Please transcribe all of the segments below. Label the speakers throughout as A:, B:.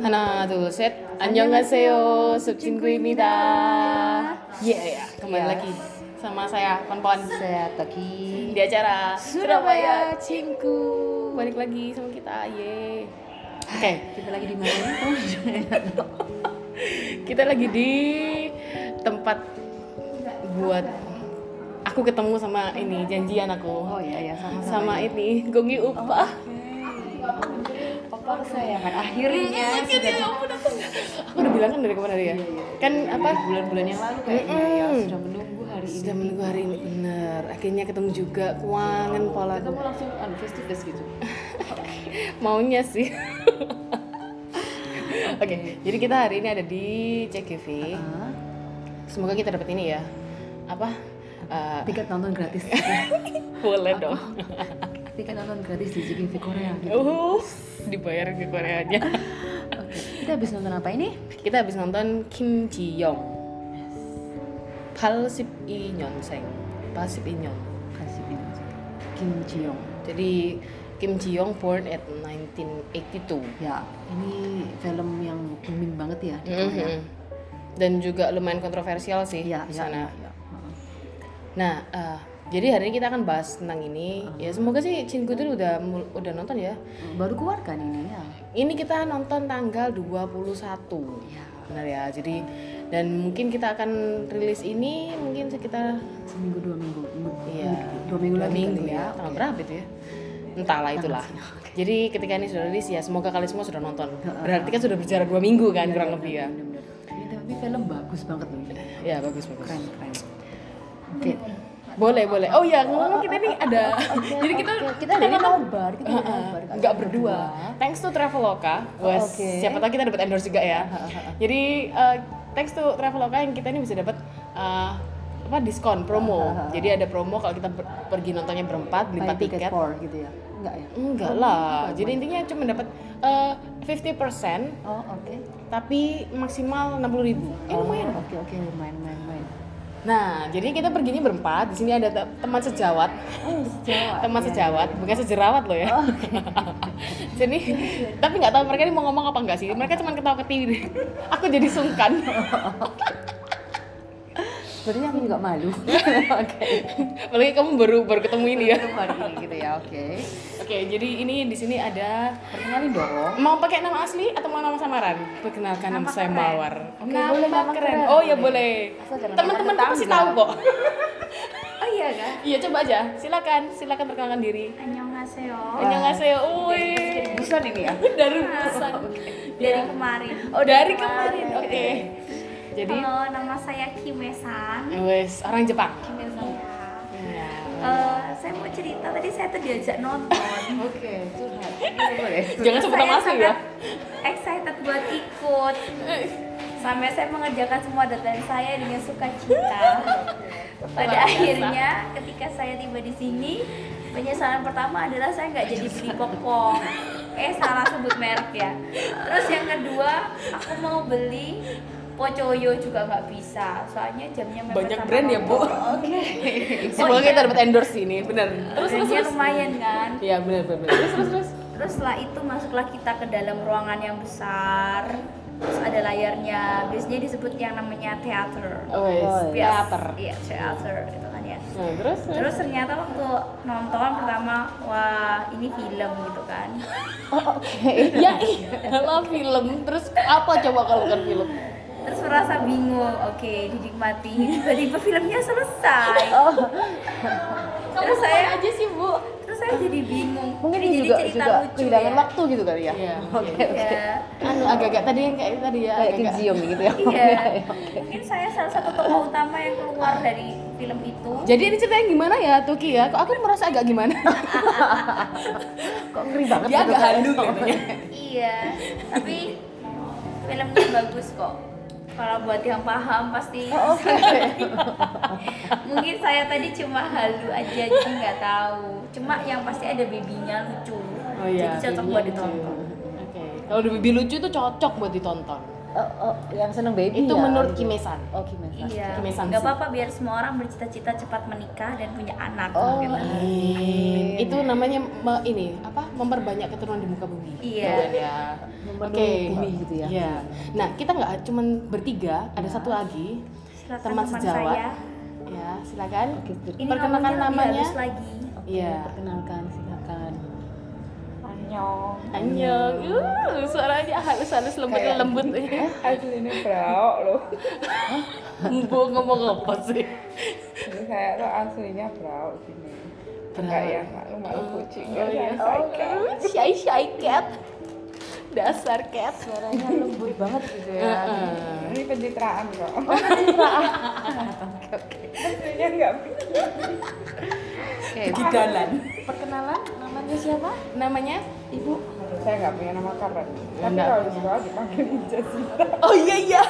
A: Hana, 둘, 셋. 안녕하세요. 습진구입니다. Iya ya, kembali
B: Iya.
A: lagi sama saya Ponpon
B: Saya Toki
A: di acara
B: Surabaya Cingku.
A: Balik lagi sama kita. Ye. Oke,
B: Kita lagi di mana?
A: kita lagi di tempat buat aku ketemu sama ini janjian
B: Oh
A: aku
B: iya ya sama-sama.
A: sama ini Gongi Upa.
B: Papa kesayangan akhirnya sudah
A: Aku udah bilang kan dari kemarin ya. Kan apa?
B: Iya, bulan-bulan yang lalu kayaknya ya
A: Mm-mm.
B: sudah menunggu hari ini.
A: Sudah menunggu Iya, hari ini bener. Akhirnya ketemu juga keuangan pola
B: Ketemu langsung on face to face gitu.
A: maunya sih. Oke, jadi kita hari ini ada di CGV.
B: Ah,
A: Semoga kita dapat ini ya. Apa? Eh,
B: tiket nonton gratis.
A: boleh dong.
B: tiket nonton gratis di JKV Korea gitu.
A: Uh, dibayar ke Koreanya.
B: Oke. Kita habis nonton apa ini?
A: kita habis nonton Kim Ji Yong. Palsip Inyon Seng. Palsip Inyon.
B: Kasih ini. Kim Ji Yong.
A: Jadi Kim Ji Yong born at 1982.
B: Ya, ini film yang booming banget ya di
A: Mhm.
B: Korea.
A: Dan juga lumayan kontroversial sih
B: Iya,
A: di
B: iya,
A: sana.
B: iya, iya.
A: Nah, eh, jadi hari ini kita akan bahas tentang ini. Ya
B: Mm-hmm.
A: semoga sih Cinku itu udah mul- udah nonton ya.
B: Baru keluar kan ini ya?
A: Ini kita nonton tanggal 21.
B: Ya.
A: Benar ya. Jadi dan mungkin kita akan rilis ini mungkin sekitar
B: seminggu dua minggu minggu-
A: Iya.
B: minggu- dua minggu
A: dua
B: lagi
A: minggu
B: kali
A: ya. Tanggal berapa itu ya? Entahlah itulah. Jadi ketika ini sudah rilis ya semoga kalian semua sudah nonton. Berarti kan sudah berjarak dua minggu kan kurang
B: Iya,
A: lebih ya.
B: Bener-bener. Ini tapi film bagus banget loh ini.
A: Ya bagus bagus.
B: iya. keren keren oke
A: Boleh boleh. Oh ya ngomong kita nih ada. Jadi kita
B: kita ada ini nobar kita ada nobar Kak.
A: nggak berdua. Thanks to Traveloka. Wes,
B: oke.
A: siapa tahu kita dapat endorse juga ya. Jadi eh, thanks to Traveloka yang kita ini bisa dapat eh, apa diskon promo. Jadi ada promo kalau kita ber- pergi nontonnya berempat beli
B: Buy
A: empat
B: tiket
A: tiket. Oh,
B: for gitu ya enggak ya
A: Enggak lah. Jadi intinya cuma dapat eh, 50%
B: oh oke
A: tapi maksimal 60.000. Eh lumayan.
B: Oh, oke oke lumayan lumayan lumayan
A: Nah, jadi kita perginya berempat. Di sini ada te- teman sejawat.
B: oh sejauh
A: Teman sejawat,
B: iya.
A: bukan sejerawat loh ya.
B: Oh,
A: jadi, tapi nggak tahu mereka ini mau ngomong apa nggak sih. Mereka cuma ketawa ketiwi. Aku jadi sungkan.
B: sebenarnya aku juga malu oke
A: Apalagi kamu baru baru ketemu ini ya.
B: Baru hari ini gitu ya oke
A: Oke, jadi ini di sini ada
B: perkenalin dong
A: mau pakai nama asli atau mau nama samaran? Perkenalkan nama, saya Mawar.
B: Oke, boleh nama keren. Iya.
A: Oh ya boleh.
B: Asal jangan
A: Teman-teman
B: nama
A: pasti tahu
B: tetangga.
A: kok.
B: oh iya kan
A: Iya, coba aja. Silakan, silakan perkenalkan diri.
C: Annyeonghaseyo
A: Annyeonghaseyo. Uy.
B: busan ini ya Oh,
A: Dari pesan.
C: Iya. dari kemarin.
A: Oh, dari kemarin. Oke. Jadi
C: Halo, nama saya Kimesan.
A: Wes, orang Jepang.
C: Iya. Eh, saya mau cerita tadi saya tuh diajak nonton.
B: oke curhat boleh
A: Jangan sebut nama
C: Saya
A: asli
C: sangat
A: ya.
C: Excited buat ikut. Sampai saya mengerjakan semua deadline saya dengan sukacita. Pada
A: biasa.
C: akhirnya ketika saya tiba di sini, penyesalan pertama adalah saya nggak jadi beli popcorn. Eh salah sebut merek ya. Terus yang kedua, aku mau beli pocoyo juga nggak bisa, soalnya jamnya mepet
A: Banyak
C: sama
A: brand ya, Bu.
C: rokok. Oke.
A: Semoga kita dapat endorse ini, benar. Terus terus
C: Brandnya
A: terus.
C: lumayan kan.
A: Iya, benar benar. benar. Terus terus terus.
C: Terus setelah itu masuklah kita ke dalam ruangan yang besar. Terus ada layarnya. Biasanya disebut yang namanya teater.
A: Wes,
B: Oh,
C: Bias-
A: teater.
C: Iya, teater gitu kan ya.
A: Nah, terus terus.
C: Terus ternyata waktu nonton pertama, wah ini film gitu kan.
A: ya iyalah film. Terus apa coba kalau bukan film?
C: Terus merasa bingung, oke dinikmati. Tiba-tiba filmnya selesai.
B: Oh.
C: Terus saya
A: aja sih, Bu.
C: terus saya jadi bingung.
B: mungkin
C: Ini
B: ini
C: jadi
B: juga
C: cerita
B: juga
C: lucu
B: kehilangan
C: ya.
B: waktu gitu kali ya
A: Iya.
B: oke oke
C: Ya.
A: Anu agak-agak tadi yang kayak tadi ya.
B: kayak Kim
A: agak-agak.
B: Ji Yong gitu ya
C: Iya. Mungkin saya salah satu tokoh utama yang keluar dari film itu.
A: Jadi ini ceritanya gimana ya, Tuki ya? Kok aku merasa agak gimana?
B: kok ngeri banget
A: Dia
B: gitu
A: agak
B: kan?
A: halu kayaknya.
C: Iya, tapi filmnya bagus kok. Kalau buat yang paham pasti.
B: Oh, oke
C: Mungkin saya tadi cuma halu aja jadi nggak tahu. Cuma yang pasti ada babynya
A: Oh iya,
C: lucu. jadi cocok buat ditonton.
A: Oke. Kalau udah bibi lucu itu cocok buat ditonton.
B: oh, oh, yang seneng baby
A: Itu
B: ya,
A: menurut
B: gitu.
A: Kimesan.
B: oh Kimesan
C: Iya.
A: Kimesan
C: Gak
A: Nah, sih.
C: apa-apa biar semua orang bercita-cita cepat menikah dan punya anak.
B: Oh,
A: iya.
C: gitu.
A: Amin. Itu namanya me- ini apa? Memperbanyak keturunan di muka bumi.
C: Iya.
A: Gitu kan ya.
B: Memenuhi bumi gitu ya.
A: Iya. Nah, kita nggak cuman bertiga, ada satu lagi
C: Silakan
A: teman
C: teman,
A: sejawat.
C: saya.
A: Ya, silakan.
B: Oke, Putri.
C: Ini
A: Perkenalkan
C: ngomongnya lebih
A: namanya.
C: halus lagi.
B: Oke,
A: Iya.
B: Gitu. perkenalkan silakan
D: 안녕.
A: Anjong. Uh, suaranya halus-halus lembut-lembut.
D: 하슬리는 브라우로.
A: Mbok ngomong apa sih?
D: 근데 saya tuh aslinya brau gini. Enggak ya, malu-malu kucing.
A: Oh iya.
D: Oh, iya.
A: Shy-shy cat. Dasar cat.
B: suaranya lembut banget gitu
D: Ini pencitraan kok. Aslinya enggak
A: Di jalan.
B: perkenalan namanya siapa
A: Namanya?
B: ibu
D: Saya enggak punya nama keren. Tapi
A: Enggak
D: kalau di
A: punya.
D: sekolah dipanggil Inja Sita.
A: Oh iya iya.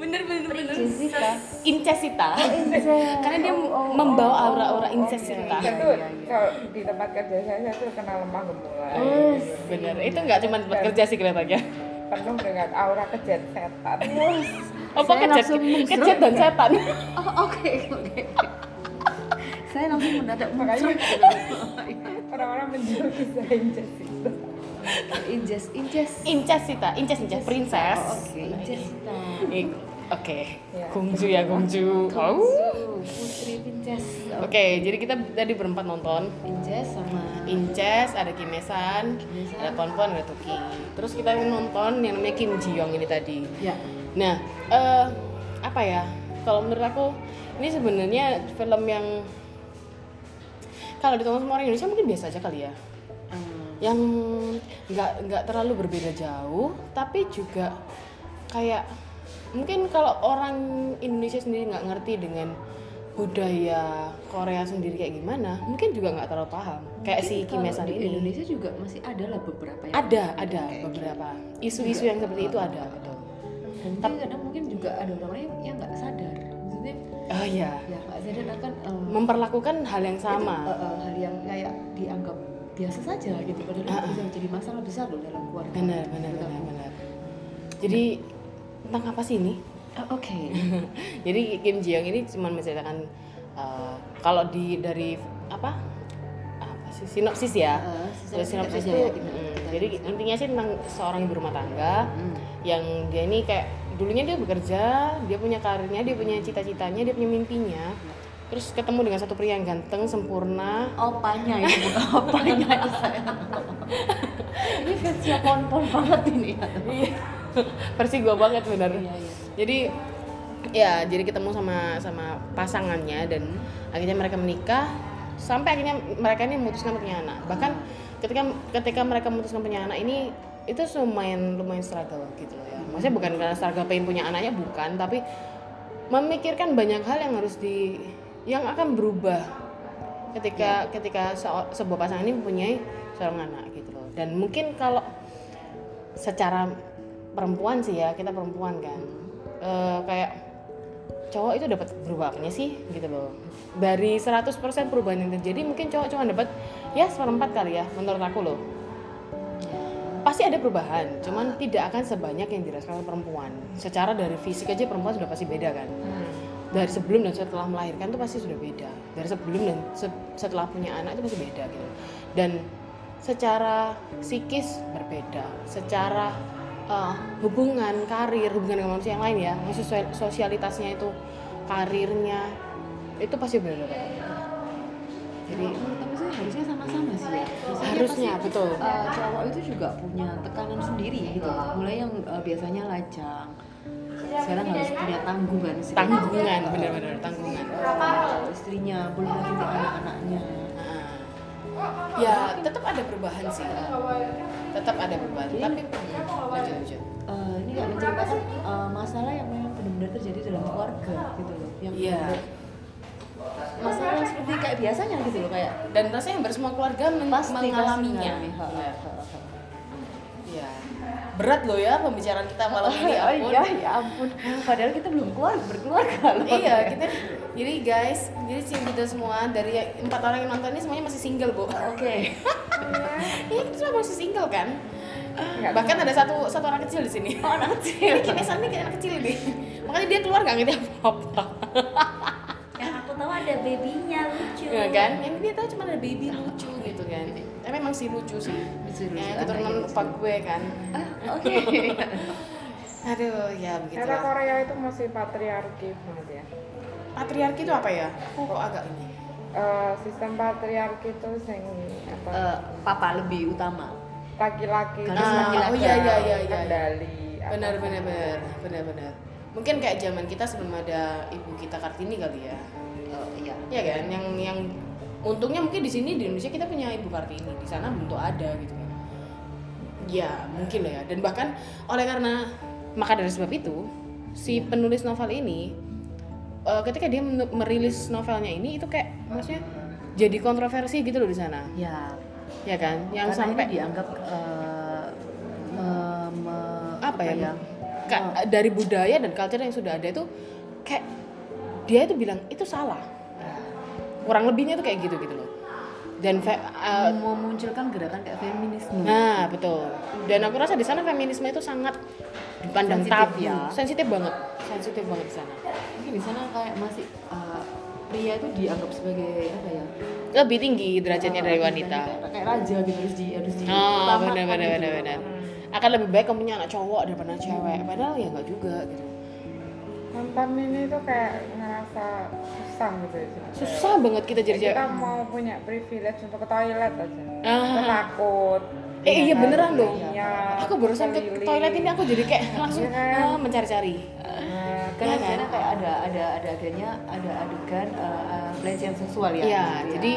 A: Bener bener bener.
B: Jessica
A: Incesita.
B: Oh,
A: Karena dia membawa aura-aura incesita.
D: Saya tuh
A: iya.
D: kalau di tempat kerja saya saya tuh kenal lemah gemulai.
A: Bener. Itu nggak cuma buat kerja sih kelihatannya.
D: Penuh dengan aura kejet setan.
A: Apa
B: Saya
A: kejet?
B: langsung mensruk.
A: Kejet dan setan.
B: oh oke oke saya langsung mendadak
D: Makanya
B: muncul
D: orang-orang menjuluki saya Inja Sita.
B: Injes Injes
A: Incesita, Inces Inces princess.
B: oh, oke Injes
A: Eh, Oke.
D: Ya.
A: Gongju ya Gongju. Oh.
B: Su, Putri Injes
A: Oke, jadi kita tadi berempat nonton
B: Injes sama
A: Inces, ada Kimesan,
B: Kimesan.
A: ada Ponpon, ada Tuki. Terus kita nonton yang namanya Kim Ji Yong ini tadi.
B: ya
A: Nah, eh apa ya? Kalau menurut aku ini sebenarnya film yang kalau ditonton sama orang Indonesia mungkin biasa aja kali ya. Yang nggak nggak terlalu berbeda jauh, tapi juga kayak mungkin kalau orang Indonesia sendiri nggak ngerti dengan budaya Korea sendiri kayak gimana, mungkin juga nggak terlalu paham. Kayak si Kim Hye Sun
B: eh, di
A: ini
B: Indonesia juga masih ada lah beberapa ya. yang
A: ada ada
B: kayak
A: beberapa isu-isu yang seperti itu ada betul.
B: gitu. dan mungkin kadang mungkin juga ada orang-orang yang- yang nggak sadar maksudnya
A: Oh iya.
B: ya nggak sadar akan em,
A: memperlakukan hal yang
B: itu,
A: sama.
B: eh, eh, hal yang kayak dianggap biasa saja gitu padahal itu bisa menjadi masalah besar loh dalam keluarga
A: Ah, Benar, benar,
B: Gitu.
A: benar, benar. Jadi tentang apa sih ini?
B: Ah, oke
A: Jadi Kim Ji Young ini cuma menceritakan eh, kalau di dari apa? Apa sih sinopsis ya?
B: Eh,
A: Dari
B: secara
A: sinopsis itu,
B: singkat aja ya kita-
A: mm,
B: kita
A: jadi
B: bisa.
A: intinya sih tentang seorang ibu rumah tangga
B: Hmm.
A: yang dia ini kayak dulunya dia bekerja, dia punya karirnya, dia punya cita-citanya, dia punya mimpinya. Terus ketemu dengan satu pria yang ganteng, sempurna.
B: opanya ya opanya itu saya. ini versi pon-pon banget ini
A: Iya. Versi gua banget bener.
B: iya iya
A: jadi ya jadi ketemu sama sama pasangannya dan akhirnya mereka menikah sampai akhirnya mereka ini memutuskan punya anak bahkan ketika ketika mereka memutuskan punya anak ini itu lumayan lumayan struggle gitu loh ya
B: Hmm.
A: maksudnya bukan karena struggle pengen punya anaknya bukan tapi memikirkan banyak hal yang harus di yang akan berubah ketika
B: Iya.
A: ketika seo- sebuah pasangan ini mempunyai seorang anak gitu loh dan mungkin kalau secara perempuan sih ya kita perempuan kan Eh, kayak cowok itu dapat berubahnya sih gitu loh dari 100% perubahan yang terjadi mungkin cowok cuma dapat ya seperempat kali ya menurut aku loh pasti ada perubahan cuman tidak akan sebanyak yang dirasakan perempuan secara dari fisik aja perempuan sudah pasti beda kan dari sebelum dan setelah melahirkan tuh pasti sudah beda dari sebelum dan se- setelah punya anak itu pasti beda gitu dan secara psikis berbeda secara uh, hubungan karir hubungan dengan manusia yang lain ya maksud sosial- sosialitasnya itu karirnya itu pasti berbeda
B: jadi
A: jadi
B: tapi saya harusnya sama-sama sih ya Maksudnya
A: harusnya
B: pasti,
A: betul
B: eh, cowok itu juga punya tekanan sendiri gitu loh. mulai yang eh, biasanya lajang sekarang harus punya tanggungan sih.
A: tanggungan benar-benar tanggungan
B: Eh, istrinya belum lagi untuk anak-anaknya
A: Nah, ya tetap ada perubahan sih tetap ada perubahan tapi lanjut lanjut
B: Eh, ini nggak menceritakan eh, masalah yang memang benar-benar terjadi dalam keluarga gitu loh yang
A: Iya.
B: benar-benar masalah yang seperti kayak biasanya gitu loh kayak
A: dan rasanya hampir semua keluarga men-
B: pasti
A: mengalaminya
B: pasti mengalami.
A: Benar.
B: Ha, ha, ha, ha.
A: Iya. berat loh ya pembicaraan kita malam ini
B: oh
A: ampun
B: iya ya ampun padahal kita belum keluar berkeluarga loh
A: iya kita jadi guys jadi sih kita semua dari empat orang yang nonton ini semuanya masih single bu
B: oke
A: iya kita semua masih single kan
D: Nggak
A: bahkan ada satu satu anak kecil di sini oh anak kecil ini kinesan ini kayak anak kecil nih makanya dia keluar nggak ngerti apa apa
C: yang aku tahu ada babynya lucu
B: Iya.
A: ya kan yang dia tahu cuma ada baby lucu gitu kan tapi emang sih lucu sih
B: Lucu,
A: ya
B: lucu, anaknya
A: keturunan
B: lucu.
A: opa gue kan
B: Oke.
A: aduh ya
D: Era
A: begitulah
D: Korea itu masih patriarki banget ya.
A: patriarki itu apa ya aku kok agak ini
D: Eh, sistem patriarki itu sing apa
B: Eh, papa lebih utama.
D: laki-laki
B: Garis
D: itu
A: laki-laki.
D: yang
A: Oh, iya, iya, iya, iya.
D: kendali apa
A: benar benar
D: gimana.
A: benar benar benar mungkin kayak zaman kita sebelum ada ibu kita kartini kali ya
B: Eh, iya.
A: ya kan yang yang untungnya mungkin di sini di Indonesia kita punya ibu kartini di sana bentuk ada gitu kan ya mungkin lah ya dan bahkan oleh karena maka dari sebab itu si penulis novel ini eh, ketika dia men- merilis novelnya ini itu kayak maksudnya jadi kontroversi gitu loh di sana
B: Ya.
A: ya kan yang
B: Yang
A: sampai
B: dianggap eh, me- me-
A: apa ya,
B: Oh.
A: ka- dari budaya dan culture yang sudah ada itu kayak dia itu bilang itu salah kurang lebihnya tuh kayak gitu gitu loh dan fe- uh,
B: Mau memunculkan gerakan kayak feminisme.
A: nah betul dan aku rasa di sana feminisme itu sangat dipandang
B: Sensitif
A: tabu
B: ya.
A: sensitif banget sensitif banget di sana
B: Mungkin di sana kayak masih eh, pria itu dianggap sebagai apa ya?
A: lebih tinggi derajatnya dari wanita
B: Kayak, kayak raja gitu harus di harus di.
A: Oh, benar
B: utamakan
A: benar
B: gitu
A: benar
B: loh.
A: benar. Akan lebih baik kamu punya anak cowok daripada anak cewek. Padahal ya nggak juga gitu.
D: nonton ini tuh kayak ngerasa susah gitu ya sebenarnya.
A: Susah banget kita jadi cewek.
D: kita mau punya privilege untuk ke toilet aja Kita
A: Ah.
D: takut
A: Eh, iya, beneran dong.
D: kan? Iya.
A: Aku barusan ke
D: Keliling.
A: toilet ini aku jadi kayak langsung
D: Iya kan?
A: ah, mencari-cari.
D: Nah,
B: Karena
A: Iya
B: di
A: kan?
B: sana kayak ada ada ada adegannya ada adegan eh, eh, pelecehan seksual ya.
A: Iya,
B: gitu ya.
A: jadi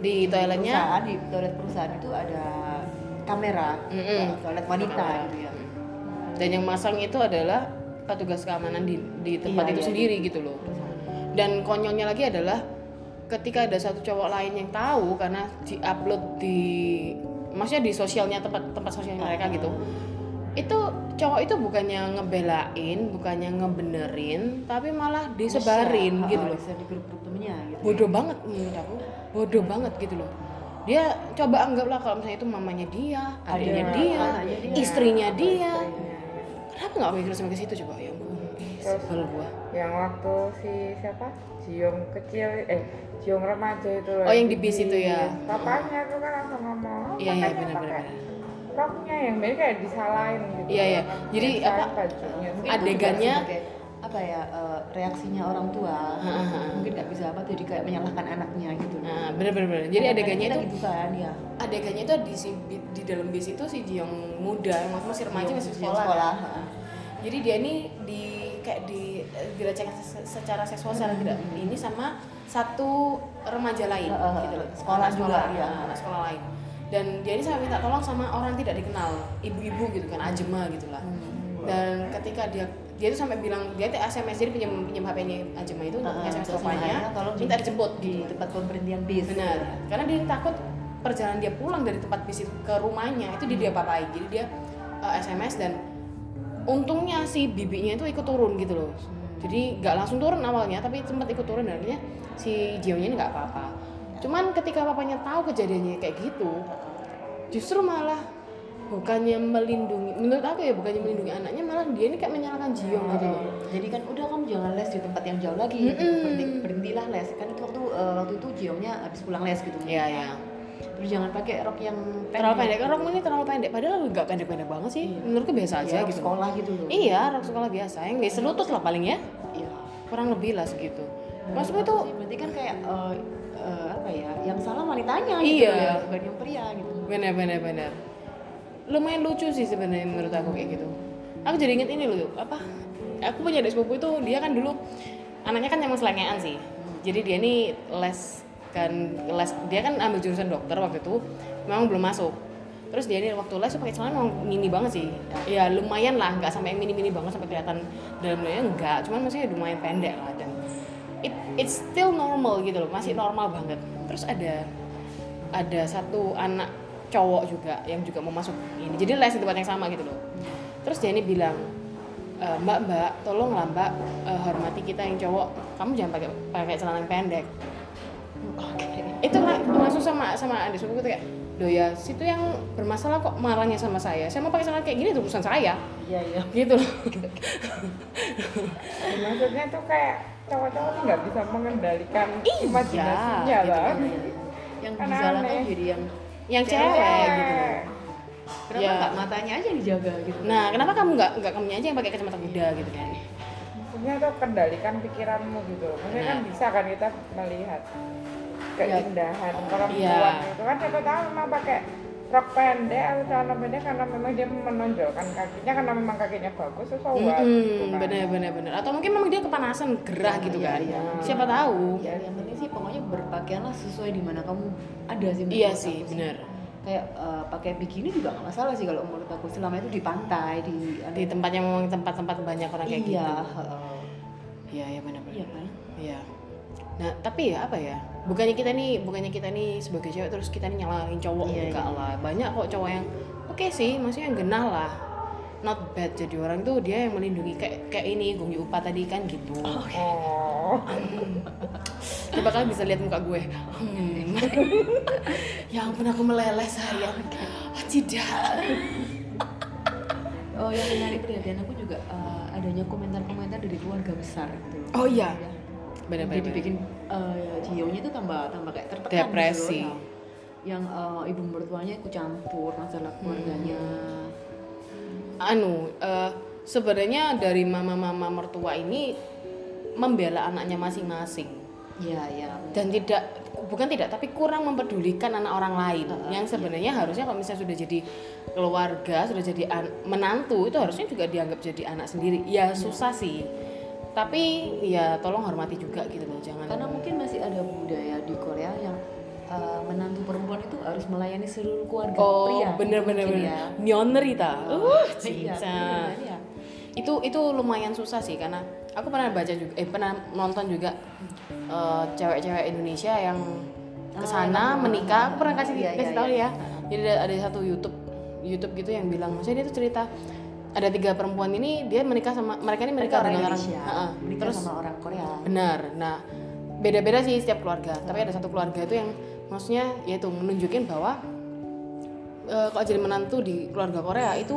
A: di toiletnya
B: perusahaan di toilet perusahaan itu ada kamera
A: Mm-mm.
B: eh, toilet wanita gitu ya
A: dan yang masang itu adalah petugas keamanan di di tempat
B: Iya,
A: itu
B: iya.
A: sendiri gitu loh. Dan konyolnya lagi adalah ketika ada satu cowok lain yang tahu karena di-upload di maksudnya di sosialnya tempat tempat sosial mereka gitu. Itu cowok itu bukannya ngebelain, bukannya ngebenerin, tapi malah disebarin
B: Bisa,
A: gitu
B: eh,
A: loh.
B: bisa di grup-grup temennya gitu
A: bodoh banget menurut aku bodoh banget gitu loh dia coba anggaplah kalau misalnya itu mamanya dia adiknya dia,
B: anaknya dia.
A: istrinya dia kenapa nggak mikir sampai ke situ coba ya ampun eh,
D: Terus-
A: sebel gua
D: yang waktu si siapa Jiung kecil eh Jiung remaja itu loh
A: Oh, yang di bis itu ya?
D: papanya tuh kan langsung ngomong
A: iya iya
D: "Makanya
A: benar
D: pakai
A: benar
D: roknya yang beda kayak disalahin gitu
A: Iya, iya. Jadi,
D: Disalahin
A: apa,
D: bajunya.
B: Mungkin itu juga
A: adegannya-
B: sebagai, apa ya eh, reaksinya orang tua mungkin nggak bisa apa jadi kayak menyalahkan anaknya gitu
A: nah benar benar benar jadi
B: Kadang-kadang
A: adegannya
B: kita
A: itu
B: gitu kan ya
A: adegannya itu di si- di dalam bis itu si Jiong muda yang waktu masih remaja masih
B: Yang
A: sekolah kan.
B: sekolah eh.
A: jadi dia ini di kayak di eh, dilecehkan se- secara seksual secara tidak
B: Hmm.
A: ini sama satu remaja lain
B: Eh, eh,
A: gitu loh
B: sekolah
A: Anak
B: juga iya. dia.
A: eh, anak sekolah lain dan dia ini saya minta tolong sama orang tidak dikenal ibu-ibu gitu kan ajema gitulah
B: Hmm.
A: dan ketika dia dia itu sampai bilang dia tuh SMS jadi pinjam pinjam HP-nya ajema itu untuk
B: Eh,
A: SMS
B: terus
A: papanya
B: makanya tolong
A: minta dijemput
B: di
A: gitu
B: tempat pemberhentian bis
A: benar karena dia takut perjalanan dia pulang dari tempat bis itu ke rumahnya itu dia dia papain jadi dia uh, sms dan untungnya si bibinya itu ikut turun gitu loh jadi nggak langsung turun awalnya tapi sempat ikut turun dan akhirnya si Jionya ini nggak apa-apa cuman ketika papanya tahu kejadiannya kayak gitu justru malah bukannya melindungi menurut aku ya bukannya melindungi anaknya malah dia ini kayak menyalahkan Jiong gitu loh
B: jadi kan udah kamu jangan les di tempat yang jauh lagi Gitu.
A: Mm-mm.
B: berhenti berhentilah les kan itu waktu eh, waktu itu jiongnya habis pulang les gitu
A: iya ya
B: terus jangan pakai rok yang
A: terlalu pendek kan rokmu ini terlalu pendek padahal nggak pendek-pendek banget sih menurutku biasa aja
B: aja
A: gitu
B: sekolah gitu loh
A: Iya, rok sekolah biasa yang nggak selutut lah paling ya,
B: Iya.
A: kurang lebih lah segitu. Maksudku tuh
B: berarti kan kayak eh, eh, apa ya yang salah wanitanya
A: Iya.
B: gitu ya bukan yang pria gitu
A: bener bener bener lumayan lucu sih sebenarnya menurut aku kayak gitu. Aku jadi inget ini loh apa? Aku punya adik sepupu itu dia kan dulu anaknya kan emang selengean sih, jadi dia nih les kan les dia kan ambil jurusan dokter waktu itu memang belum masuk terus dia nih waktu les tuh pakai celana memang mini banget sih ya lumayan lah nggak sampai yang mini mini banget sampai kelihatan dalamnya enggak cuman maksudnya lumayan pendek lah dan it, it's still normal gitu loh masih normal banget terus ada ada satu anak cowok juga yang juga mau masuk ini jadi les di tempat yang sama gitu loh terus dia ini bilang "E, mbak mbak tolonglah mbak e, hormati kita yang cowok kamu jangan pakai pakai celana yang pendek itu la- langsung sama sama adik sepupu gitu kayak doya situ yang bermasalah kok marahnya sama saya saya mau pakai celana kayak gini itu urusan saya
B: Iya iya.
A: gitu loh
D: maksudnya tuh kayak cowok-cowok tuh nggak bisa mengendalikan
A: Iya,
D: imajinasinya
A: gitu
D: lah
B: kan ya. Yang
D: Kan
B: disalahkan
D: aneh.
B: jadi yang
A: yang
B: Cewek.
A: cewek gitu loh.
B: kenapa
A: Ya.
B: nggak matanya aja yang dijaga gitu?
A: nah kenapa kamu nggak nggak kamunya aja yang pakai kacamata kuda gitu kan
D: maksudnya tuh kendalikan pikiranmu gitu loh. maksudnya kan
A: Nah.
D: bisa kan kita melihat keindahan perempuan
A: Iya.
D: itu kan siapa tahu memang pakai rok pendek atau celana pendek karena memang dia menonjolkan kakinya karena memang kakinya bagus terus
B: Oh,
D: so what, gitu
A: Mm-mm,
D: kan.
A: bener bener bener atau mungkin memang dia kepanasan gerah gitu
B: Iya,
A: kan
B: iya.
A: siapa tahu
B: Ya yang penting sih pokoknya berpakaianlah sesuai di mana kamu ada sih. menurut
A: iya
B: aku
A: sih bener
B: Kayak eh, pakai bikini juga nggak masalah sih kalau menurut aku selama itu di pantai di.
A: di tempat yang memang tempat-tempat banyak orang kayak
B: iya.
A: gitu
B: heeh.
A: iya iya bener bener
B: Iya kan?
A: Iya. Nah, tapi ya apa ya? Bukannya kita nih, bukannya kita nih sebagai cewek terus kita nih nyalahin cowok
B: Iya,
A: enggak
B: iya.
A: lah. Banyak kok cowok yang oke sih, maksudnya yang genah lah. Not bad jadi orang tuh dia yang melindungi kayak kayak ini Gongyu Upa tadi kan gitu.
D: oh
A: Coba kalian bisa lihat muka gue. Hmm. ya ampun aku meleleh sayang. Oh, tidak.
B: Oh yang menarik perhatian aku juga eh, adanya komentar-komentar dari keluarga besar gitu. loh.
A: Oh iya.
B: Ya.
A: Benar-benar.
B: Jadi bikin eh Gio-nya itu tambah tambah kayak tertekan gitu loh,
A: Depresi.
B: yang- yang eh, ibu mertuanya ikut campur masalah keluarganya.
A: Hmm. anu eh, sebenarnya dari mama-mama mertua ini membela anaknya masing-masing.
B: Iya iya.
A: dan tidak bukan tidak tapi kurang mempedulikan anak orang lain yang sebenarnya harusnya kalau misalnya sudah jadi keluarga sudah jadi an- menantu itu harusnya juga dianggap jadi anak sendiri ya susah sih tapi ya tolong hormati juga gitu loh jangan
B: Karena mungkin masih ada budaya di Korea yang eh, menantu perempuan itu harus melayani seluruh keluarga
A: oh
B: pria.
A: bener-bener
B: Mungkin
A: bener.
B: ya.
A: Nyonerita uh
B: Iya,
A: cinta
B: bener, iya.
A: itu itu lumayan susah sih karena aku pernah baca juga eh pernah nonton juga eh, cewek-cewek Indonesia yang kesana menikah aku pernah kasih
B: Ah, Iya,
A: kasih
B: iya,
A: tahu
B: iya.
A: ya jadi ada, ada satu YouTube YouTube gitu yang bilang maksudnya dia tuh cerita ada tiga perempuan ini dia menikah sama mereka ini
B: Mereka
A: menikah
B: orang
A: dengan orang
B: Indonesia,
A: Heeh.
B: menikah
A: terus
B: sama orang Korea.
A: benar nah beda-beda sih setiap keluarga tapi ada satu keluarga itu yang maksudnya yaitu menunjukin bahwa eh, kalau jadi menantu di keluarga Korea itu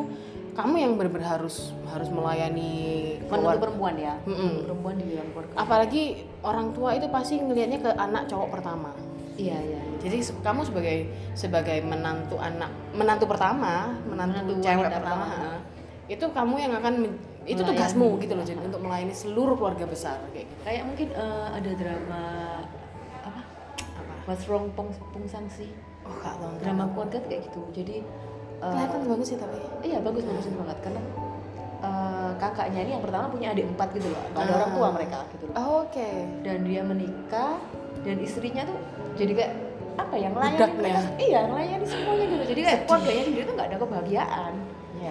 A: kamu yang benar harus harus melayani
B: Menantu
A: keluarga.
B: perempuan ya.
A: Mm-mm.
B: Perempuan di dalam keluarga.
A: apalagi orang tua itu pasti ngelihatnya ke anak cowok pertama
B: Iya iya. iya.
A: jadi se- kamu sebagai sebagai menantu anak menantu pertama menantu,
B: Menantu
A: cewek
B: wanita
A: pertama,
B: pertama.
A: itu kamu yang akan men- itu
B: Melayani.
A: tugasmu gitu loh jadi untuk melayani seluruh keluarga besar kayak gitu
B: Kayak mungkin eh, ada drama apa? What's wrong Pung, Pung Sangsi?
A: oh kak Long,
B: drama keluarga tuh kayak gitu jadi eh,
A: kelihatan bagus sih tapi
B: iya bagus bagus banget karena eh, kakaknya ini yang pertama punya adik empat gitu loh nggak ada orang tua mereka gitu loh
A: Oh, oke
B: dan dia menikah dan istrinya tuh jadi kayak apa yang melayani
A: Budaknya.
B: mereka iya melayani semuanya gitu jadi kayak keluarganya sendiri tuh nggak ada kebahagiaan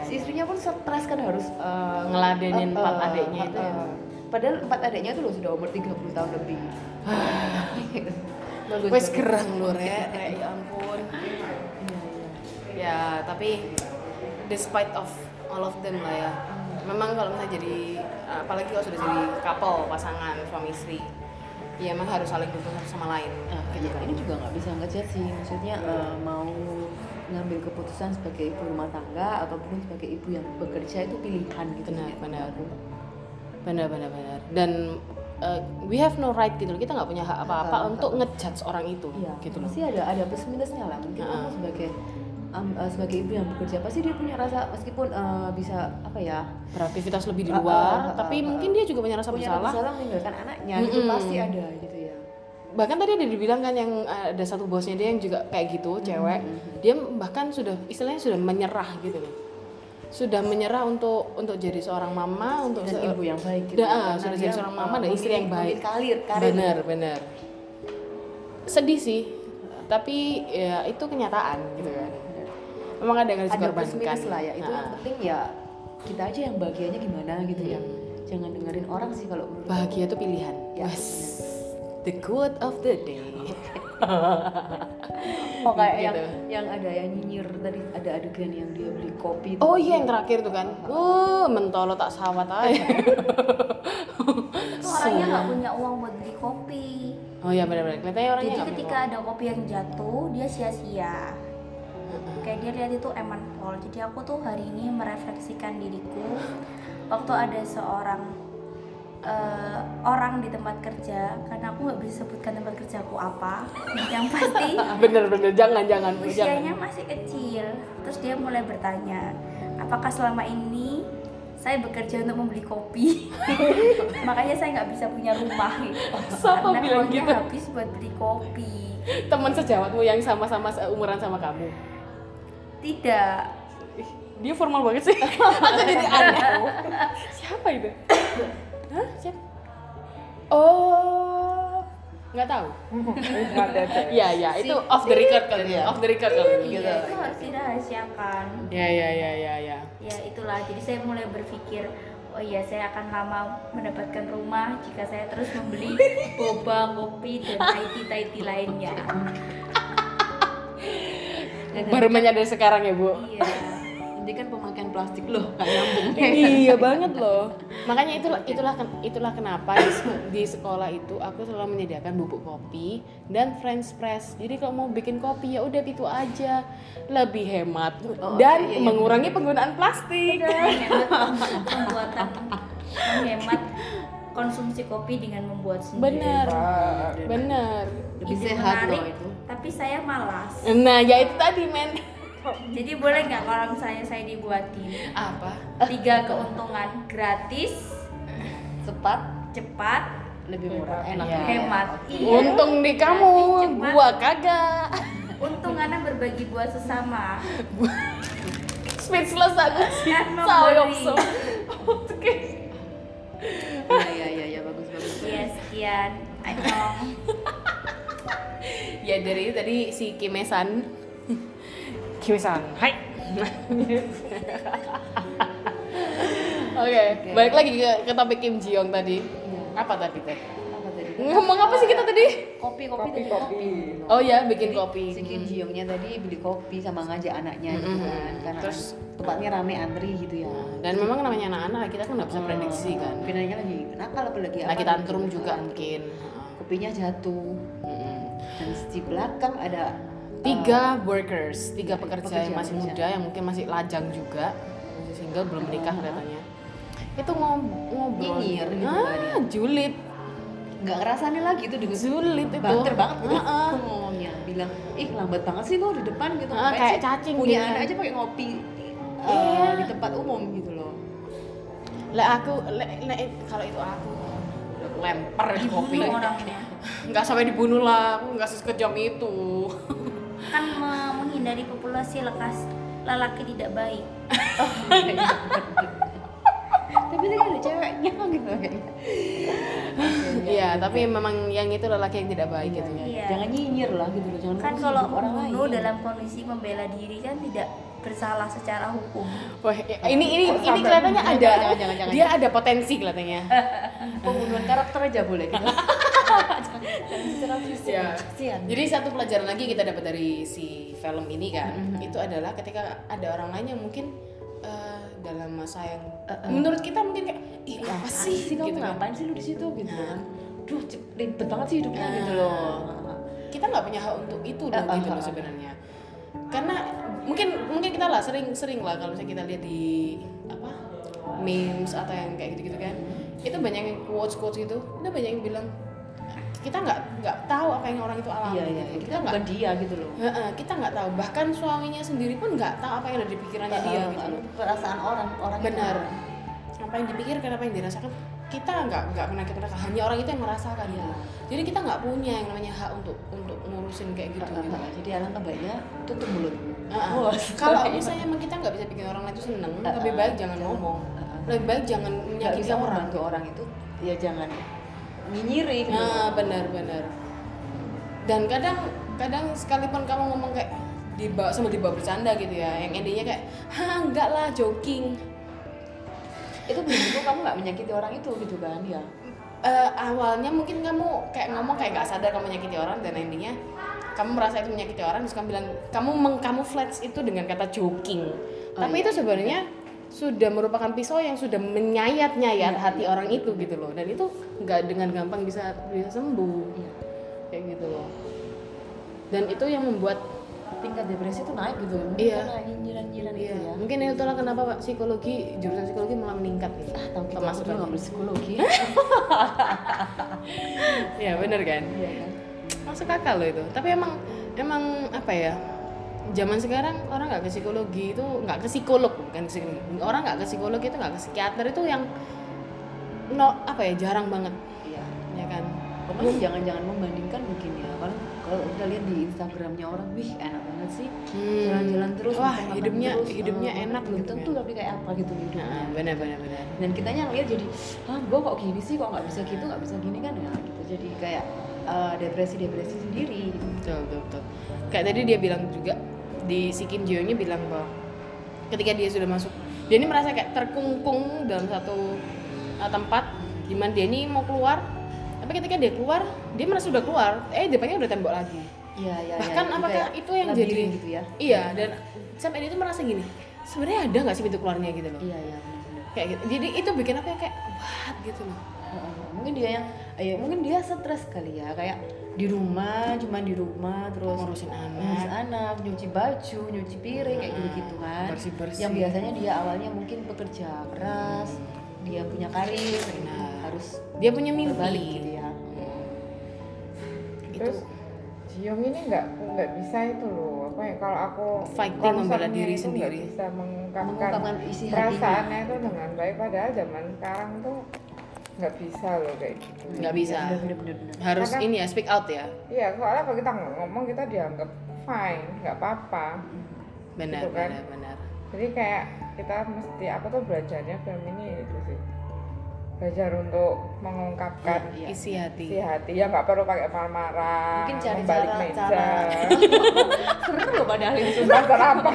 B: si istrinya pun stres kan harus eh,
A: Ngeladenin Iya,
B: eh,
A: empat
B: eh,
A: adiknya itu ya.
B: eh. padahal empat adiknya tuh loh sudah umur 30 tahun lebih Iya. Bagus,
A: Ah. wes
B: bagus.
A: gerang loh re Re, ya ampun
B: Iya, iya.
A: ya tapi despite of all of them lah ya memang kalau misalnya jadi apalagi kalau sudah jadi couple pasangan suami istri ya emang harus saling dukung satu sama lain
B: Nah,
A: gitu
B: iya,
A: kan
B: ini juga nggak bisa ngejat sih, maksudnya eh, mau ngambil keputusan sebagai ibu rumah tangga ataupun sebagai ibu yang bekerja itu pilihan gitu.
A: Benar,
B: sih, menurut
A: benar.
B: aku.
A: benar benar benar dan uh, we have no right gitu loh kita nggak punya hak apa-apa
B: Heeh.
A: untuk ngejudge orang itu
B: Iya,
A: gitu loh
B: Pasti ada ada plus minusnya lah. Mungkin
A: Nah.
B: kamu sebagai am- eh, sebagai ibu yang bekerja pasti dia punya rasa meskipun eh, bisa apa ya
A: beraktivitas lebih di
B: Heeh,
A: luar
B: heeh,
A: tapi
B: heeh.
A: mungkin dia juga punya rasa
B: punya
A: bersalah
B: salah meninggalkan anaknya itu
A: Mm-mm.
B: pasti ada gitu ya.
A: bahkan tadi ada dibilang kan yang uh, ada satu bosnya dia yang juga kayak
B: Hmm,
A: gitu cewek dia bahkan sudah istilahnya sudah menyerah gitu loh sudah menyerah untuk untuk jadi seorang mama untuk
B: Dan
A: se-
B: ibu yang baik gitu.
A: Dah,
B: Karena
A: sudah
B: dia,
A: jadi seorang mama
B: eh,
A: dan istri
B: memilih-
A: yang baik.
B: memilih Karir, karir.
A: bener bener sedih sih tapi ya itu kenyataan gitu kan memang ada yang harus
B: ada plus
A: dikorbankan
B: minus lah ya itu yang
A: Nah,
B: penting ya kita aja yang bahagianya gimana gitu ya
A: Hmm.
B: jangan dengerin orang sih kalau menurut
A: bahagia itu pilihan
B: Ya,
A: Wes. the good of the day
B: oh kayak yang
A: Gitu.
B: yang ada yang nyinyir tadi ada adegan yang dia beli kopi itu.
A: oh iya yang terakhir tuh kan uh mentolo tak sawat aja
C: itu Iya. orangnya nggak punya uang buat beli kopi
A: oh iya benar-benar kelihatannya orangnya
C: jadi
A: nggak punya
C: ketika ada kopi yang jatuh dia sia-sia kayak dia lihat itu Eman Paul jadi aku tuh hari ini merefleksikan diriku waktu ada seorang eh, orang di tempat kerja karena aku nggak bisa sebutkan tempat kerjaku apa yang pasti
A: Bener-bener jangan jangan jangan.
C: usianya masih kecil terus dia mulai bertanya apakah selama ini saya bekerja untuk membeli kopi makanya saya nggak bisa punya rumah gitu.
A: Siapa
C: karena
A: bilang
C: uangnya
A: gitu?
C: habis buat beli kopi
A: Teman sejawatmu yang sama-sama umuran sama kamu.
C: tidak
A: Ih, dia formal banget sih. Aku jadi aneh. Siapa itu? Hah? Siapa? Oh, nggak tahu.
D: Ada aja.
A: Iya iya, itu off the record kali ya. Off the record kali ini.
B: Gitu.
C: Iya, itu harus dirahasiakan
A: Ya ya ya ya ya.
C: ya itulah jadi saya mulai berpikir oh iya saya akan lama mendapatkan rumah jika saya terus membeli boba kopi dan taiti taiti lainnya
A: Baru menyadari sekarang ya bu.
C: iya
B: Nanti kan pemakaian plastik loh, kayak nyambung.
A: iya banget loh makanya itulah itulah ken- itulah kenapa di, se- di sekolah itu aku selalu menyediakan bubuk kopi dan french press jadi kalau mau bikin kopi ya udah itu aja lebih hemat dan
B: iya, iya,
A: mengurangi penggunaan plastik
C: Menghemat pembuatan menghemat konsumsi kopi dengan membuat sendiri.
A: bener
D: Ah,
A: bener iya,
B: Lebih
C: Ide
B: sehat
C: menarik,
B: loh itu.
C: Tapi saya malas.
A: nah ya itu tadi men
C: Jadi boleh nggak kalau misalnya saya dibuatin
A: apa
C: tiga keuntungan gratis,
B: Cepat,
C: cepat,
B: lebih murah, enak.
A: Iya.
C: hemat. Iya.
A: untung di kamu
C: cepat.
A: gua kagak
C: Untungannya berbagi buat sesama.
A: speechless aku sih
C: Kan
A: sayang
C: memberi.
A: so oke
B: Iya, iya, iya, iya, bagus, bagus.
C: Iya sekian. Anyong.
A: ya dari itu tadi si Kimesan Kimesan hai oke Ya. balik lagi ke, ke topik Kim Jiong tadi apa tadi teh
B: Apa tadi?
A: ngomong apa sih kita tadi
B: Kopi, kopi,
D: Kopi
B: tadi.
D: kopi.
A: oh ya bikin kopi
B: Si Kim Ji Youngnya tadi beli kopi sama ngajak anaknya gitu
A: Mm-mm.
B: kan. Karena
A: Hmm, Terus-
B: tempatnya rame antri gitu ya.
A: dan memang namanya anak-anak kita kan nggak bisa prediksi kan
B: Pinanya lagi nakal apa lagi apa
A: lagi
B: gitu.
A: tantrum juga mungkin Eh,
B: Kopinya jatuh.
A: Mm-mm.
B: Dan di belakang ada eh,
A: tiga workers tiga pekerja yang
B: pekerja,
A: masih
B: pekerja.
A: muda yang mungkin masih lajang juga masih single belum menikah katanya itu ngob- ngobrol
B: Nyinyir gitu
A: ah,
B: kan
A: julid
B: nggak ngerasain lagi tuh dengan
A: julid itu
B: banter banget udah
A: Heeh.
B: ngomongnya bilang ih lambat banget sih lo di depan gitu
A: Heeh,
B: Ngapain
A: kayak
B: sih
A: cacing
B: punya
A: gitu.
B: anak aja pakai ngopi eh,
A: Iya.
B: di tempat umum gitu loh
A: lah aku le- le- kalau itu aku udah aku lempar di kopi
C: Bunuh orangnya.
A: nggak sampai dibunuh lah aku nggak sekejam itu
C: Kan me- menghindari populasi lekas lelaki tidak baik.
B: gitu. tapi tadi ada ceweknya gitu kayaknya
A: iya tapi memang yang itu lelaki yang tidak baik gitu ya
C: Iya.
B: jangan nyinyir lah gitu loh jangan
C: kan
A: Iya,
B: ngomong
C: kalau
B: sibuk orang lain
C: membunuh dalam kondisi membela diri kan tidak bersalah secara hukum
A: Wah, ya- ini ini ini kelihatannya
B: Jangan,
A: ada
B: jangan, jangan, jangan.
A: dia ada potensi kelihatannya
B: pembunuhan karakter aja boleh gitu
A: Ya.
B: Kasihan.
A: Jadi satu pelajaran lagi kita dapat dari si film ini kan, itu adalah ketika ada orang lain yang mungkin eh, dalam masa yang menurut kita mungkin kayak ih Eh, apa sih
B: sih kamu
A: gitu kan.
B: ngapain sih lu di situ gitu kan duh cep- ribet banget sih hidupnya gitu loh
A: Kita nggak punya hak untuk itu loh
B: Eh, eh,
A: gitu loh
B: eh, eh.
A: sebenarnya. Karena mungkin mungkin kita lah sering-sering lah kalau misalnya kita lihat di apa memes atau yang kayak gitu-gitu kan, itu banyak yang quotes quotes gitu, itu banyak yang bilang kita nggak nggak tahu apa yang orang itu alami
B: iya iya
A: gitu.
B: kita bukan dia gitu loh
A: Heeh, kita nggak tahu bahkan suaminya sendiri pun nggak tahu apa yang ada di pikirannya dia gitu loh
B: perasaan orang orang itu
A: benar apa yang dipikirkan apa yang dirasakan kita nggak nggak pernah kita rasakan hanya orang itu yang merasakan gitu loh. jadi kita nggak punya yang namanya hak untuk untuk ngurusin kayak gitu, gitu.
B: Heeh, Jadi alangkah baiknya tutup mulut. Oh, Iya,
A: Heeh.
B: Bos.
A: kalau misalnya emang kita nggak bisa bikin orang lain itu seneng
B: Heeh.
A: lebih baik jangan ngomong
B: Heeh.
A: lebih baik jangan
B: nggak
A: menyakiti
B: bisa
A: orang
B: membantu orang itu ya jangan nyinyiri gitu.
A: nah benar-benar dan kadang kadang sekalipun kamu ngomong kayak dibawa sama dibawa bercanda gitu ya yang endingnya kayak hah enggak lah joking
B: Itu belum tentu kamu nggak menyakiti orang itu gitu kan ya.
A: Eh, awalnya mungkin kamu kayak ngomong kayak nggak sadar kamu menyakiti orang dan endingnya kamu merasa itu menyakiti orang terus kamu bilang kamu mengkamuflage itu dengan kata joking
B: Oh, iya.
A: tapi itu sebenarnya sudah merupakan pisau yang sudah menyayat-nyayat
B: Iya,
A: hati orang itu gitu loh dan itu nggak dengan gampang
B: Iya.
A: bisa bisa sembuh kayak gitu loh dan itu yang membuat
B: tingkat depresi tuh naik gitu mungkin
A: Iya.
B: karena nyinyiran-nyinyiran
A: Iya,
B: itu ya
A: mungkin itu lah kenapa Pak psikologi jurusan psikologi malah meningkat gitu.
B: ah tahu gitu aku
A: Pemasukan.
B: dulu ngambil psikologi
A: Iya, benar kan?
B: iya kan
A: Masuk akal loh itu. Tapi emang emang apa ya? Zaman sekarang orang nggak ke psikologi itu nggak ke psikolog bukan ke psikologi. Orang nggak ke psikolog itu nggak ke psikiater itu yang no apa ya jarang banget
B: iya
A: ya kan.
B: pokoknya jangan-jangan membandingkan mungkin ya kalau kalau udah lihat di instagramnya orang wih enak banget sih
A: Hmm.
B: jalan-jalan terus
A: Wah
B: makan-makan
A: hidupnya
B: terus,
A: hidupnya
B: eh,
A: enak
B: belum
A: gitu.
B: tentu
A: kan.
B: tapi kayak apa gitu hidupnya
A: Nah, benar benar benar.
B: dan kitanya ngeliat jadi ah gue kok gini sih kok nggak bisa gitu nggak bisa gini kan ya gitu jadi kayak depresi depresi sendiri
A: Betul, betul, betul. Kayak tadi dia bilang juga di si Kim Ji-yeonnya bilang bahwa ketika dia sudah masuk, dia ini merasa kayak terkungkung dalam satu uh, tempat di mana dia ini mau keluar, tapi ketika dia keluar, dia merasa sudah keluar, eh depannya udah tembok lagi.
B: Iya, iya, iya.
A: Bahkan
B: Jadi
A: apakah
B: kayak
A: itu yang
B: labirin
A: jadi
B: gitu ya?
A: Iya, dan sampai dia tuh merasa gini, sebenarnya ada nggak sih pintu keluarnya gitu loh.
B: Iya, iya. benar-benar.
A: Kayak gitu. Jadi itu bikin aku yang kayak what gitu loh.
B: Heeh, heeh. Mungkin dia yang ya mungkin dia stres kali ya, kayak di rumah, cuman di rumah terus
A: Ngurusin
B: ngurus
A: anak.
B: anak, nyuci baju, nyuci piring kayak gitu-gitu kan.
A: Bersih-bersih. Hmm.
B: Yang biasanya dia awalnya mungkin bekerja keras, dia punya karir,
A: Benar.
B: harus
A: Dia punya mimpi.
B: berbalik gitu ya. Gitu.
A: Itu
D: terus Jiung ini nggak nggak bisa itu loh apa ya kalau aku
A: Fighting membela
D: concernnya
A: diri
D: itu nggak
A: sendiri.
D: bisa mengungkapkan,
B: Mengungkapkan isi hatinya.
D: perasaannya itu dengan baik padahal zaman sekarang tuh nggak bisa loh kayak gitu
A: nggak bisa.
B: Bener, bener, bener, bener.
A: Harus
D: Karena-
A: ini ya speak out ya.
D: iya soalnya kalau kita nggak ngomong kita dianggap fine nggak apa-apa
A: Benar,
D: Gitu kan.
A: benar, benar.
D: jadi kayak kita mesti apa tuh belajarnya film ini itu sih belajar untuk mengungkapkan
B: Iya.
A: Isi hati.
D: isi hati ya nggak perlu pakai
A: Nah,
D: marah-marah
B: Mungkin cari
D: membalik
B: cara-
D: meja
B: cara- Seru loh padahal itu.
D: Masalah apa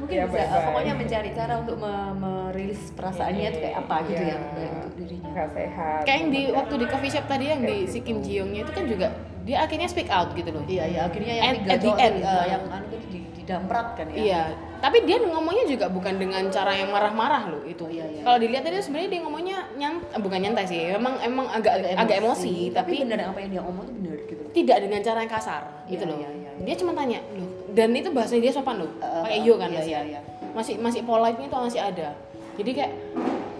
B: mungkin
D: Ya,
B: bisa
D: baik-baik.
B: pokoknya mencari cara untuk me- merilis perasaannya
D: Ini,
B: itu kayak apa gitu ya
D: iya.
B: kayak untuk dirinya
D: nggak sehat
A: Kayak yang di waktu di coffee shop tadi yang di si Kim Ji Youngnya itu kan juga dia akhirnya speak out gitu loh.
B: iya iya akhirnya yang
A: And
B: tiga
A: at the
B: cowok
A: end,
B: tadi,
A: uh,
B: eh, yang anu tadi di- didampratkan ya
A: Iya, tapi dia ngomongnya juga bukan dengan cara yang marah-marah loh itu.
B: Iya, iya.
A: Kalau dilihat tadi sebenarnya dia ngomongnya nyant eh, bukan nyantai sih, memang emang agak agak emosi, tapi,
B: tapi benar apa yang dia ngomong tuh benar gitu loh
A: tidak dengan cara yang kasar gitu
B: Iya,
A: loh.
B: iya, iya, iya.
A: Dia cuma tanya loh, dan itu bahasanya dia sopan loh,
B: Eh,
A: pakai
B: eh,
A: yo kan
B: iya,
A: bahasanya.
B: iya, iya.
A: Masih masih polite itu masih ada. Jadi kayak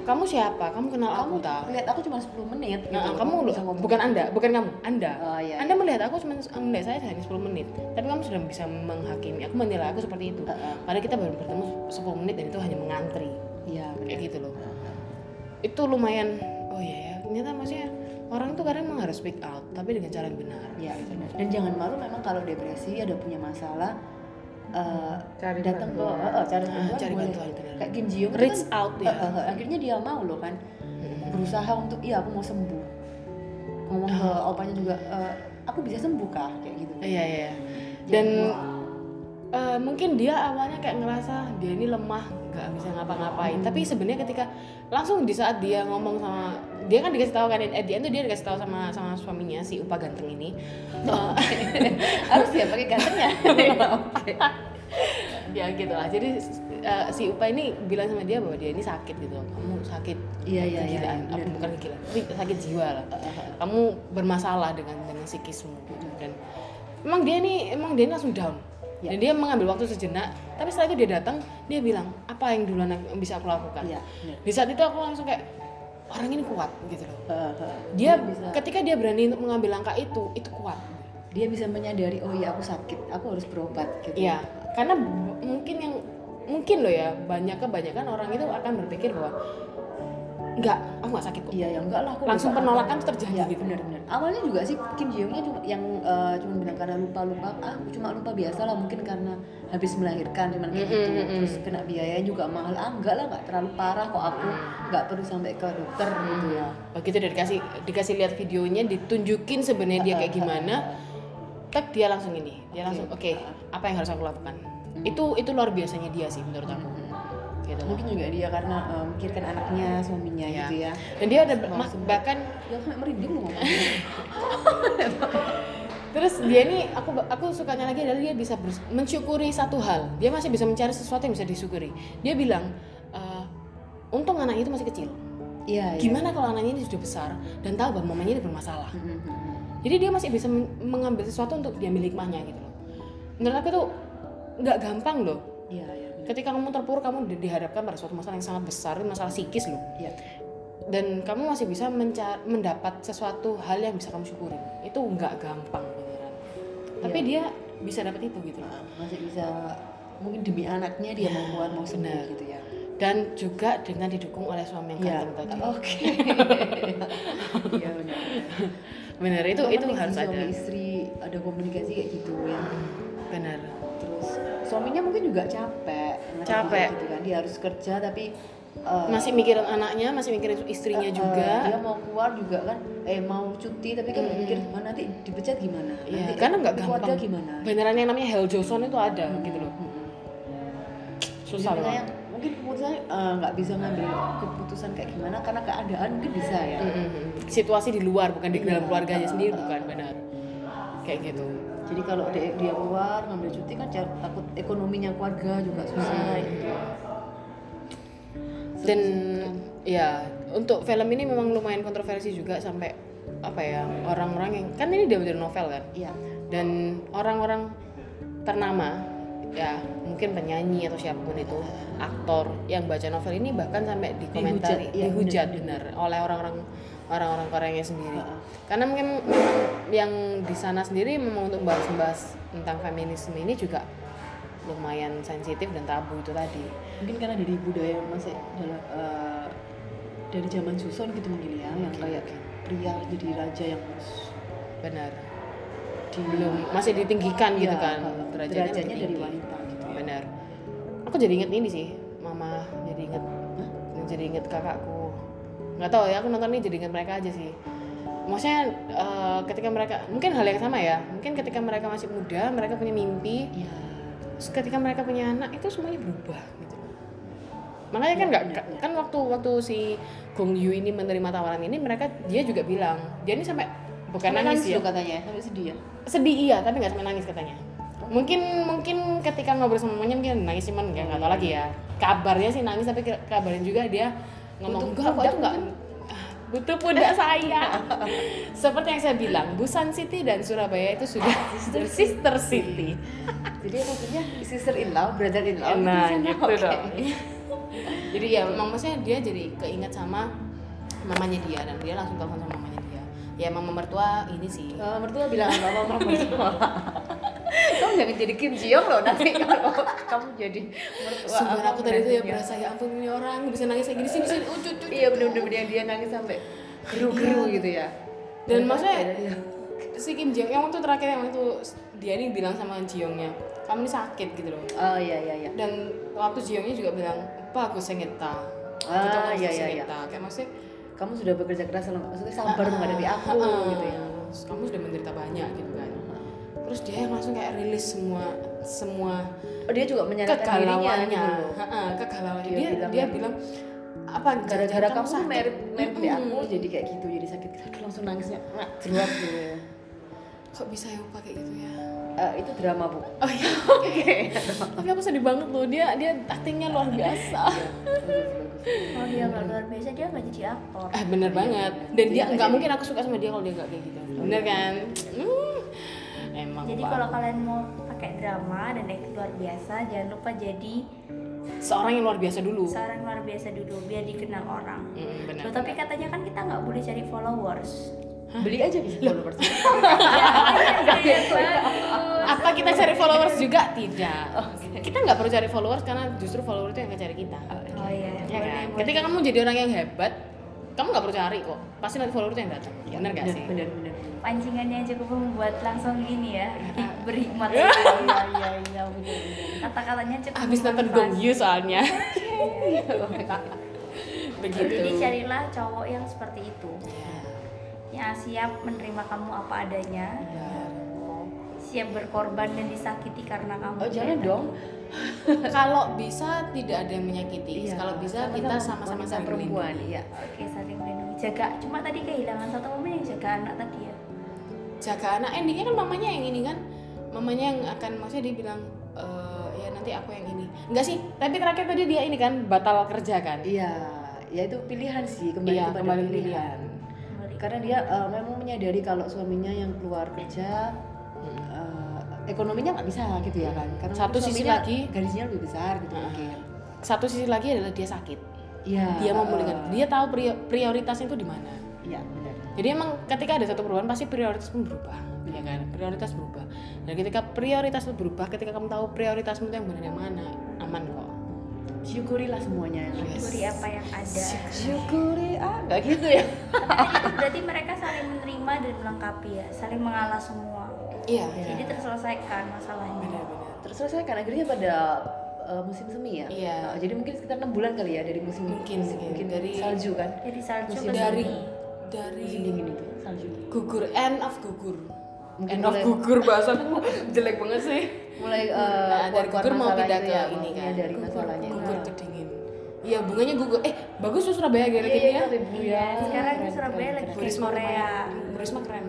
A: kamu siapa? Kamu kenal aku
B: kamu
A: tak?
B: lihat aku cuma 10 menit gitu
A: Nah,
B: loh,
A: kamu loh,
B: bisa ngomong
A: bukan
B: gitu.
A: Anda, bukan kamu, Anda.
B: Oh, iya,
A: anda melihat aku cuma melihat saya hanya 10 menit, tapi kamu sudah bisa menghakimi. Aku menilai aku seperti itu.
B: Heeh.
A: Padahal kita baru bertemu 10 menit dan itu hanya mengantri.
B: iya
A: Kayak gitu loh. Itu lumayan oh iya ya, ternyata maksudnya orang tuh kadang emang harus speak out, tapi dengan cara yang benar.
B: Iya benar. Dan jangan malu memang kalau depresi ada punya masalah eh,
D: Cari
B: datang ke
D: bantuan.
B: eh, eh, cari
A: Ah,
B: bantuan,
A: cari
B: boleh.
A: bantuan, benar.
B: kayak Kim Ji Young itu
A: Reach
B: kan,
A: out
B: eh,
A: ya. Hmm.
B: eh, eh, akhirnya dia mau loh kan berusaha untuk iya aku mau sembuh ngomong ke opanya juga "Eh, aku bisa sembuh kah kayak gitu
A: Ah. Iya iya. Dan eh, mungkin dia awalnya kayak ngerasa dia ini lemah, nggak bisa ngapa-ngapain. Tapi sebenarnya ketika langsung di saat dia ngomong sama dia kan dikasih tahu kan eh dia tuh dia dikasih tahu sama sama suaminya si Upa ganteng ini. Eh,
B: harus ya pakai gantengnya
A: ya gitulah. Jadi eh, si Upa ini bilang sama dia bahwa dia ini sakit gitu. Kamu sakit.
B: Iya, iya, iya,
A: kegilaan.
B: iya,
A: Apa,
B: bener.
A: bukan kegilaan, tapi sakit jiwa lah. Kamu bermasalah dengan dengan psikismu gitu. dan emang dia ini emang dia ini langsung down.
B: Iya.
A: Dan dia mengambil waktu sejenak, tapi setelah itu dia datang, dia bilang, "Apa yang duluan aku- yang bisa aku lakukan?"
B: Iya, bener.
A: Di saat itu aku langsung kayak orang ini kuat gitu loh.
B: Eh, eh,
A: Dia,
B: bisa
A: ketika dia berani untuk mengambil langkah itu, itu kuat.
B: dia bisa menyadari oh iya aku sakit aku harus berobat gitu
A: Iya, karena b- mungkin yang mungkin loh ya banyak kebanyakan orang itu akan berpikir bahwa enggak, aku nggak sakit kok.
B: Iya, ya enggak lah aku
A: Langsung
B: lupa.
A: penolakan tuh terjadi
B: Iya,
A: gitu.
B: benar benar. Awalnya juga sih Kim Ji Youngnya cuma yang eh, cuma bilang karena lupa lupa ah cuma lupa biasa lah mungkin karena habis melahirkan cuman kayak gitu
A: Mm-mm, mm-mm.
B: terus kena biaya juga mahal ah enggak lah enggak terlalu parah kok aku enggak perlu sampai ke dokter gitu ya.
A: begitu udah Nah, dikasih dikasih lihat videonya ditunjukin sebenarnya dia kayak gimana tak dia langsung ini dia
B: Iya.
A: langsung oke apa yang harus aku lakukan
B: Hmm.
A: itu itu luar biasanya dia sih menurut aku
B: Mm.
A: gitu loh.
B: Mungkin juga dia karena eh, mikirkan anaknya suaminya
A: Ya.
B: gitu ya.
A: dan dia ada ma- bahkan
B: Ya aku sampai merinding loh ngomongnya.
A: terus dia ini aku aku sukanya lagi adalah dia bisa bers- mensyukuri satu hal dia masih bisa mencari sesuatu yang bisa disyukuri dia bilang "Eh, untung anaknya itu masih kecil
B: Iya. iya.
A: gimana kalau anaknya ini sudah besar dan tahu bahwa mamanya ini bermasalah
B: Mm-mm.
A: Jadi dia masih bisa men- mengambil sesuatu untuk dia milik hikmahnya gitu loh. menurut aku tuh nggak gampang loh
B: Iya, iya. benar.
A: ketika kamu terpuruk kamu di- dihadapkan pada suatu masalah yang sangat besar ini masalah psikis loh
B: Iya.
A: dan kamu masih bisa menca- mendapat sesuatu hal yang bisa kamu syukurin itu nggak gampang beneran tapi
B: Iya.
A: dia bisa dapat itu gitu
B: Nah, masih bisa mungkin demi anaknya dia mau kuat
A: benar.
B: mau senang gitu ya.
A: dan juga dengan didukung oleh suami yang
B: Iya.
A: ganteng tadi
B: Oke. Iya benar.
A: benar itu
B: Emang
A: itu
B: penting sih
A: harus ada
B: suami istri ada komunikasi kayak gitu ya.
A: benar
B: Terus suaminya mungkin juga capek. ngerti
A: Capek.
B: Gitu kan. Dia harus kerja tapi eh,
A: masih mikirin anaknya masih mikirin istrinya
B: eh,
A: juga
B: dia mau keluar juga kan eh mau cuti tapi kan mikir "Ah, nanti dipecat gimana
A: Iya,
B: nanti
A: karena nggak
B: keluarga
A: gampang.
B: gimana
A: Beneran yang namanya Hell Johnson itu ada gitu loh.
B: Mm-mm.
A: Susah
B: Jadi
A: loh.
B: kayak mungkin keputusannya eh, nggak bisa ngambil keputusan kayak gimana karena keadaan mungkin bisa ya
A: Iya. Mm-mm. Situasi di luar bukan di
B: Iya.
A: dalam keluarganya sendiri bukan benar. Kayak gitu.
B: jadi kalau dia, dia keluar ngambil cuti kan jar- takut ekonominya keluarga
A: Iya,
B: juga susah gitu.
A: Dan ya untuk film ini memang lumayan kontroversi juga sampai apa ya orang-orang yang kan ini dia dari novel kan
B: iya
A: dan orang-orang ternama ya mungkin penyanyi atau siapapun itu aktor yang baca novel ini bahkan sampai dikomentari
B: Dihujat, iya,
A: dihujat benar oleh orang-orang orang-orang Koreanya sendiri karena mungkin memang yang di sana sendiri memang untuk bahas-bahas tentang feminisme ini juga lumayan sensitif dan tabu itu tadi
B: mungkin karena dari budaya yang masih dalam eh, dari zaman Susun gitu mungkin ya yang kayak pria jadi raja yang harus
A: benar
B: di
A: belum masih ditinggikan gitu
B: Iya,
A: kan
B: eh,
A: derajatnya lebih
B: derajatnya dari
A: tinggi.
B: wanita gitu ya.
A: benar aku jadi inget ini sih mama jadi inget jadi inget kakakku nggak tahu ya aku nonton ini jadi inget mereka aja sih maksudnya eh, ketika mereka mungkin hal yang sama ya mungkin ketika mereka masih muda mereka punya mimpi
B: Iya.
A: terus ketika mereka punya anak itu semuanya berubah gitu makanya kan
B: Iya,
A: nggak kan waktu waktu si Gong Yu ini menerima tawaran ini mereka dia juga bilang dia ini sampai bukan
B: Sampai
A: nangis, ya
B: loh katanya ya, sampai sedih ya
A: sedih iya tapi nggak sampai nangis katanya mungkin mungkin ketika ngobrol sama mamanya mungkin nangis cuman nggak nggak tahu lagi ya kabarnya sih nangis tapi kira- kabarnya juga dia ngomong enggak kok itu nggak Ah, butuh pundak saya seperti yang saya bilang Busan City dan Surabaya itu sudah sister, sister city
B: jadi maksudnya sister in law brother in law
A: nah
B: gitu
A: gitu
B: sana, oke.
A: dong jadi ya memang maksudnya dia jadi keinget sama mamanya dia dan dia langsung telepon sama mamanya dia ya mama mertua ini sih
B: Eh, mertua bilang apa apa mertua kamu jangan jadi Kim Ji Young loh nanti kalau kamu jadi mertua
A: Sumpah
B: apa
A: aku tadi tuh ya
B: namanya.
A: berasa ya ampun ini orang bisa nangis kayak gini sini oh, sini ucut ucut.
B: iya bener-bener yang dia nangis sampai
A: Iya.
B: geru-geru gitu ya
A: Dan maksudnya
B: iya,
A: si Kim Jong yang tuh terakhir yang itu dia ini bilang sama Jiongnya, kamu ini sakit gitu loh.
B: oh iya iya iya
A: Dan waktu Jiongnya juga bilang, apa aku sengeta.
B: Ah,
A: Gitu, aku
B: iya, iya, iya.
A: sengeta. Kayak maksudnya
B: kamu sudah bekerja keras selama maksudnya sabar menghadapi aku
A: "Ah,
B: gitu ya
A: Kamu sudah menderita banyak gitu kan. Terus dia yang langsung kayak rilis semua semua
B: oh, dia juga menyalahkan dirinya
A: kegalauannya
B: gitu loh
A: Heeh, kegalauannya
B: Dia
A: dia dia,
B: bilang- gitu.
A: bilang apa
B: gara-gara
A: jangan-jangan
B: kamu
A: sakit?"
B: merit merit di aku
A: Mm-mm.
B: jadi kayak gitu jadi sakit Aduh, langsung nangisnya nggak jelas gitu ya.
A: kok bisa ya pakai gitu ya
B: Eh, itu drama bu
A: oh iya oke tapi aku sedih banget loh dia dia aktingnya luar biasa
C: Oh iya, kalau dia nggak luar biasa dia nggak jadi aktor
A: eh bener banget dan dia nggak mungkin aku suka sama dia kalau dia nggak kayak gitu bener kan Hmm, emang
C: jadi
A: Pak.
C: kalau kalian mau pakai drama dan naik luar biasa jangan lupa jadi
A: seorang yang luar biasa dulu
C: seorang luar biasa dulu biar dikenal orang
A: Mm, bener
C: Loh, tapi katanya kan kita nggak boleh cari followers
B: beli aja bisa followers
C: Oh, iya,
A: apa kita cari followers juga tidak kita nggak perlu cari followers karena justru followers itu yang nggak cari kita
C: oh iya
A: ya
C: boleh,
A: kan?
C: boleh.
A: ketika kamu jadi orang yang hebat kamu nggak perlu cari kok pasti nanti followers itu yang datang Ya, bener gak sih
B: bener bener
C: pancingannya cukup membuat langsung gini ya
A: Iya.
C: berhikmat kata-katanya cukup
A: habis nonton Gong
C: memanfaat.
A: Yu soalnya begitu Ya,
C: jadi carilah cowok yang seperti itu yang siap menerima kamu apa adanya siap berkorban dan disakiti karena kamu
B: oh jangan
A: Iya,
B: dong
A: kalau bisa tidak ada yang menyakiti
B: Iya,
A: kalau bisa kita sama-sama
B: wanita
A: saling
B: perempuan
A: melindungi.
B: iya
C: oke saling melindungi jaga cuma tadi kehilangan satu momen yang jaga anak tadi ya
A: jaga anak endingnya kan mamanya yang ini kan mamanya yang akan maksudnya dia bilang "Eh, ya nanti aku yang ini enggak sih tapi terakhir tadi dia ini kan batal kerja kan
B: iya ya itu pilihan sih kembali
A: Iya,
B: kepada
A: kembali
B: pilihan.
A: pilihan.
C: Kembali.
B: karena dia eh, memang menyadari kalau suaminya yang keluar kerja eh, ekonominya nggak bisa gitu ya kan karena
A: Hmm. Satu
B: mungkin
A: sisi
B: suaminya
A: lagi-
B: gajinya lebih besar gitu
A: Ah.
B: mungkin
A: Satu sisi lagi adalah dia sakit.
B: Iya.
A: Dia mau
B: eh,
A: memulihkan. Dia tahu prior- prioritasnya itu di mana.
B: Iya benar.
A: Jadi emang ketika ada satu perubahan pasti prioritas pun berubah, ya kan? Prioritas berubah. Dan ketika prioritas itu berubah, ketika kamu tahu prioritasmu itu yang benar yang mana, aman kok.
B: Syukurilah semuanya.
A: Iya.
C: Syukuri apa yang ada.
B: Syukuri ah nggak gitu ya.
C: Berarti- Berarti mereka saling menerima dan melengkapi ya, saling mengalah semua.
A: Iya.
C: Jadi terselesaikan masalahnya.
A: Benar-benar.
B: Terus selesai kan akhirnya pada eh, musim semi ya.
A: Iya.
B: Eh, jadi mungkin sekitar enam bulan kali ya dari musim
A: Mungkin,
B: musim-
A: mungkin.
B: mungkin dari
A: Dari-
B: salju kan.
C: Jadi salju
B: Musim
C: ke
A: dari-
C: sini.
A: Dari
B: Musim dingin itu salju.
A: gugur end of gugur.
B: Mungkin
A: End of
B: mulai-
A: gugur bahasaku jelek banget sih.
B: Mulai eh,
A: Nah, dari
B: keluar-keluar
A: gugur mau
B: masalah
A: pindah ke
B: itu ya,
A: ini
B: maksudnya
A: kan.
B: Dari
A: Gugur-
B: masalahnya.
A: Gugur terdingin. Iya, bunganya gugur. Eh, bagus tuh Surabaya gara-gara
B: Iya,
A: gini
B: iya,
A: ya.
B: Ibu, ya.
C: Sekarang
B: Keren,
C: Surabaya
B: keren,
C: lagi
A: Bu
B: keren.
A: Risma
C: Korea.
A: keren. Bu Risma keren.